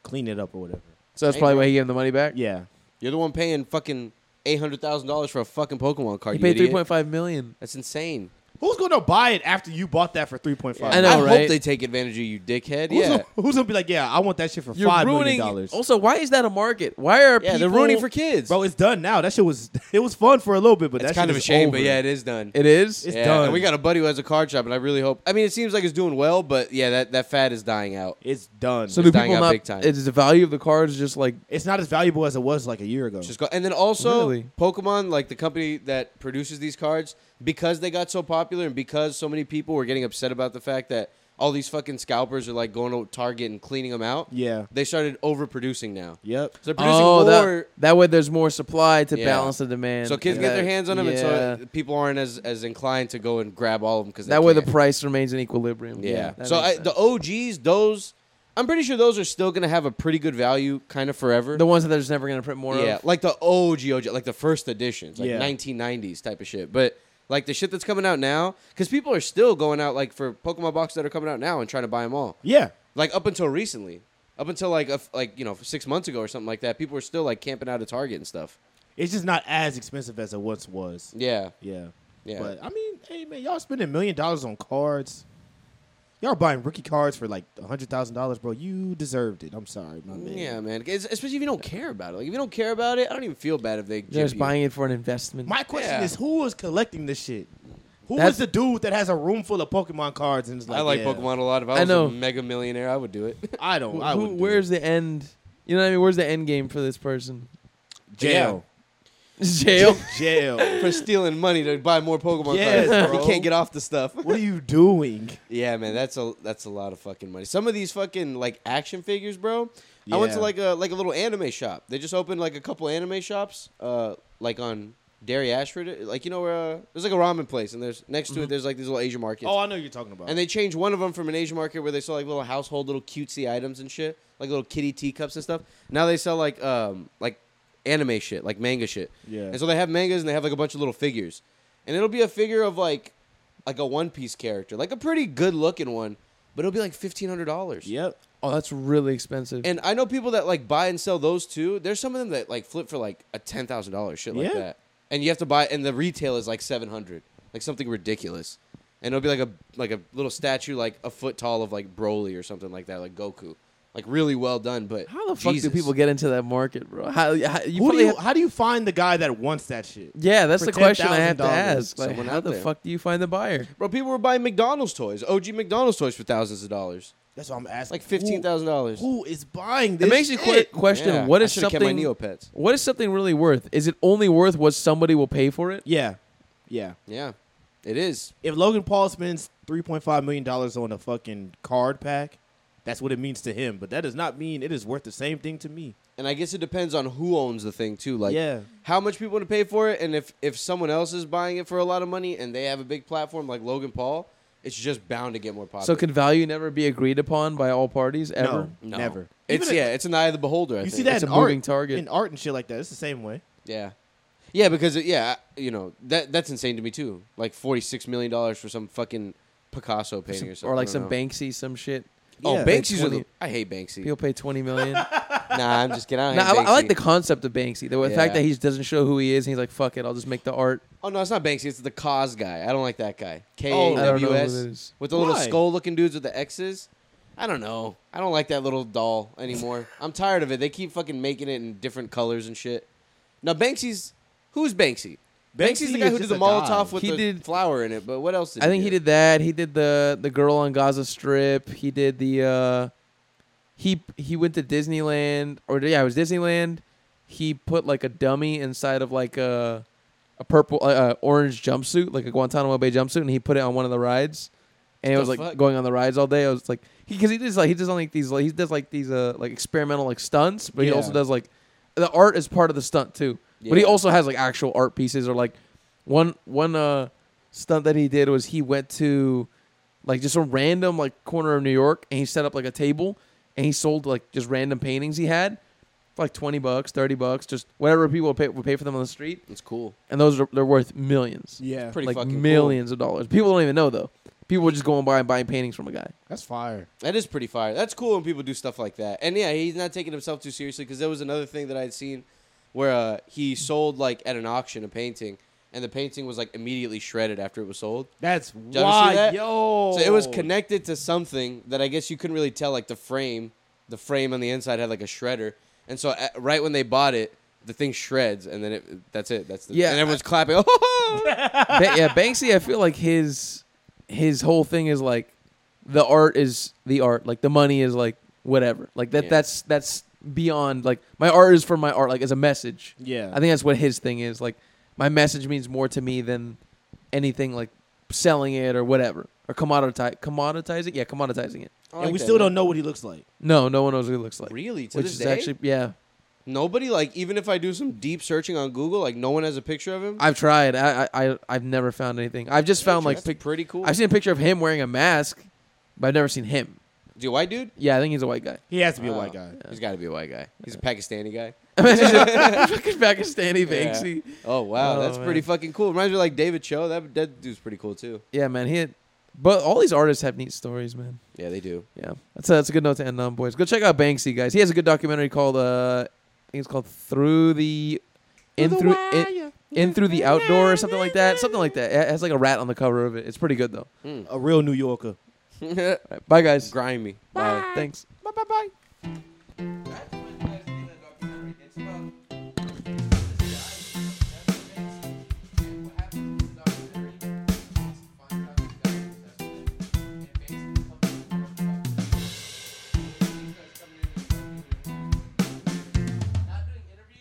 clean it up or whatever.
so that's probably why he gave him the money back.
Yeah,
You're the one paying fucking eight hundred thousand dollars for a fucking Pokemon card.
he
you
paid three
idiot.
point five million.
That's insane.
who's gonna buy it after you bought that for three point five?
I know,
I hope
right?
they take advantage of you, dickhead.
Who's,
yeah.
gonna, who's gonna be like, yeah, I want that shit for
You're
five
ruining.
million dollars?
Also, why is that a market? Why are
Yeah,
people?
they're ruining for kids.
Bro, it's done now. That shit was it was fun for a little bit, but
That's
that's
kind of a shame, but yeah, it is done.
It is.
It's
yeah,
done.
And we got a buddy who has a card shop, and I really hope. I mean, it seems like it's doing well, but yeah, that, that fad is dying out.
it's done.
so
it's
do
dying
people
out
not?
big time.
Is the value of the cards just like
it's not as valuable as it was like a year ago.
Just go, and then also
Really?
Pokemon, like the company that produces these cards, because they got so popular and because so many people were getting upset about the fact that all these fucking scalpers are like going to Target and cleaning them out.
yeah.
They started overproducing now.
Yep.
So they're producing
oh,
more.
that, that way there's more supply to
Yeah.
balance the demand.
so kids
And
get their
that-
hands on them, and
yeah.
so people aren't as, as inclined to go and grab all of them because
that way the
can.
price remains in equilibrium.
Yeah.
that
so
makes
I,
sense.
the OGs, those, I'm pretty sure those are still going to have a pretty good value kind of forever.
the ones that they're just never gonna print more
yeah.
of.
Like the OG, OG, like the first editions, like
Yeah.
1990s type of shit. But like the shit that's coming out now, because people are still going out like for Pokemon boxes that are coming out now and trying to buy them all.
Yeah.
Like up until recently. Up until like a f like you know six months ago or something like that, people were still like camping out of Target and stuff.
It's just not as expensive as it once was.
Yeah,
Yeah.
Yeah.
But I mean, hey man, y'all spending a million dollars on cards. Y'all buying rookie cards for like a hundred thousand dollars, bro. You deserved it. I'm sorry, my man.
Yeah, man. It's- especially if you don't care about it. Like if you don't care about it, I don't even feel bad if they
They're
just
just buying it for an investment.
My question
Yeah.
is, who is collecting this shit? Who is
That's-
the dude that has a room full of Pokemon cards and is like,
I like
yeah,
Pokemon a lot. If I
I
was
know.
a mega millionaire, I would do it.
I don't.
Who-
I
who-
would.
where's the end? You know what I mean? Where's the end game for this person?
jail?
Jail.
Jail.
For stealing money to buy more Pokemon
Yes,
cards.
bro.
You can't get off the stuff.
what are you doing?
Yeah, man, that's a that's a lot of fucking money. Some of these fucking like action figures, bro. I went to
Yeah.
like a like a little anime shop. They just opened like a couple anime shops, uh, like on Derry Ashford, like you know where uh, there's like a ramen place, and there's next to it there's like these little Asian markets.
Oh, I know you're talking about.
And they changed one of them from an Asian market where they sell like little household, little cutesy items and shit, like little kitty teacups and stuff. Now they sell like um like anime shit, like manga shit.
Yeah.
And so they have mangas and they have like a bunch of little figures, and it'll be a figure of like like a One Piece character, like a pretty good looking one, but it'll be like fifteen hundred dollars.
yep.
oh, that's really expensive.
And I know people that like buy and sell those too. There's some of them that like flip for like a ten thousand dollars shit like
Yeah.
that, and you have to buy, and the retail is like seven hundred, like something ridiculous, and it'll be like a like a little statue like a foot tall of like Broly or something like that, like Goku, like really well done. But
how the fuck
Jesus.
do people get into that market, bro? How, how you
Who do
probably
you,
have-
how do you find the guy that wants that shit?
yeah, that's the
for
question I had to
$10,000
ask. Like,
someone
how
out
the
there?
fuck do you find the buyer?
Bro, people were buying McDonald's toys, OG McDonald's toys for thousands of dollars,
That's what I'm asking.
like fifteen thousand dollars.
Who is buying this?
It makes you que-
shit?
question what is
I should've kept my
something
Neopets.
what is something really worth? Is it only worth what somebody will pay for it?
Yeah, yeah.
Yeah, it is.
If Logan Paul spends three point five million dollars on a fucking card pack, that's what it means to him. But that does not mean it is worth the same thing to me.
and I guess it depends on who owns the thing too. Like,
Yeah.
how much people want to pay for it, and if if someone else is buying it for a lot of money and they have a big platform like Logan Paul, it's just bound to get more popular.
So can value never be agreed upon by all parties ever?
No.
never.
It's
Even if-
yeah, it's an eye of the beholder. I
You
think.
see that
It's
in
a moving
art,
target.
in art and shit like that. It's the same way.
Yeah, yeah, because it, yeah, you know that that's insane to me too. Like forty six million dollars for some fucking Picasso painting or
Some-
something,
or like
I
some
don't know.
Banksy, some shit.
Oh,
Yeah.
Banksy's are the,
20.
I hate Banksy.
People pay twenty million.
Nah, I'm just kidding. I,
No, I,
don't hate
I like
Banksy.
the concept of Banksy. The
Yeah.
fact that he doesn't show who he is, and he's like, "Fuck it, I'll just make the art."
Oh no, it's not Banksy. It's the cause guy. I don't like that guy. K
Oh,
A
I don't know
W
who that
S
is.
with the little
Why?
skull looking dudes with the X's. I don't know. I don't like that little doll anymore. I'm tired of it. They keep fucking making it in different colors and shit. Now Banksy's who's Banksy? Banksy's the
Banksy
guy
is
who did
just
the
a
Molotov
guy.
with
He
the
did-
flower in it. But what else? Did
I think
do?
he did that. He did the the girl on Gaza Strip. He did the uh, he he went to Disneyland or yeah, it was Disneyland. He put like a dummy inside of like a a purple uh, uh, orange jumpsuit, like a Guantanamo Bay jumpsuit, and he put it on one of the rides. And it
The
was like
fuck?
going on the rides all day. I was like, because he, does like he does like these like he does like these uh like experimental like stunts, but he
Yeah.
also does like the art is part of the stunt too. But he
Yeah.
also has like actual art pieces or like one one uh stunt that he did was he went to like just a random like corner of New York and he set up like a table and he sold like just random paintings he had for like twenty bucks, thirty bucks, just whatever people would pay would pay for them on the street.
It's cool.
And those are they're worth millions.
Yeah,
Pretty
like
fucking cool.
millions of dollars. People don't even know though. People are just going by and buying paintings from a guy.
that's fire.
That is pretty fire. That's cool when people do stuff like that. And yeah, he's not taking himself too seriously because there was another thing that I'd seen where uh, he sold like at an auction a painting, and the painting was like immediately shredded after it was sold.
That's
you see
why,
that?
yo.
So it
Oh.
was connected to something that I guess you couldn't really tell. Like the frame, the frame on the inside had like a shredder, and so at, right when they bought it, the thing shreds, and then it that's it. That's the
Yeah,
And everyone's clapping. Oh,
ba- yeah, Banksy. I feel like his his whole thing is like the art is the art, like the money is like whatever. Like that.
Yeah.
That's that's beyond like my art is for my art, like as a message.
Yeah.
I think that's what his thing is. Like my message means more to me than anything like selling it or whatever or commoditize commoditizing. Yeah, commoditizing it.
I
and
like
we
that,
still
man.
don't know what he looks like.
No, no one knows what he looks like.
really to
Which
this
is
day.
actually yeah.
Nobody like even if I do some deep searching on Google, like no one has a picture of him.
I've tried. I I I- I've never found anything. I've just found like
That's
pic-
pretty cool.
I've seen a picture of him weeling a mask, but I've never seen him.
Do white dude?
Yeah, I think he's a white guy.
He has to be a
Wow.
white guy.
He's got to be a white guy. He's a Pakistani guy.
Imagine just fucking Pakistani
Yeah.
Banksy.
Oh wow,
Oh,
that's pretty
man.
fucking cool. Reminds me of, like David Cho. That that dude's pretty cool too.
Yeah, man. He had, but all these artists have neat stories, man.
Yeah, they do.
Yeah, that's a, that's a good note to end on, boys. Go check out Banksy, guys. He has a good documentary called uh, I think it's called Through the, in through in, in through the outdoor or something like that. Something like that. It has like a rat on the cover of it. It's pretty good though.
A real New Yorker.
All right, bye guys.
Grimy.
Thanks.
Bye bye bye.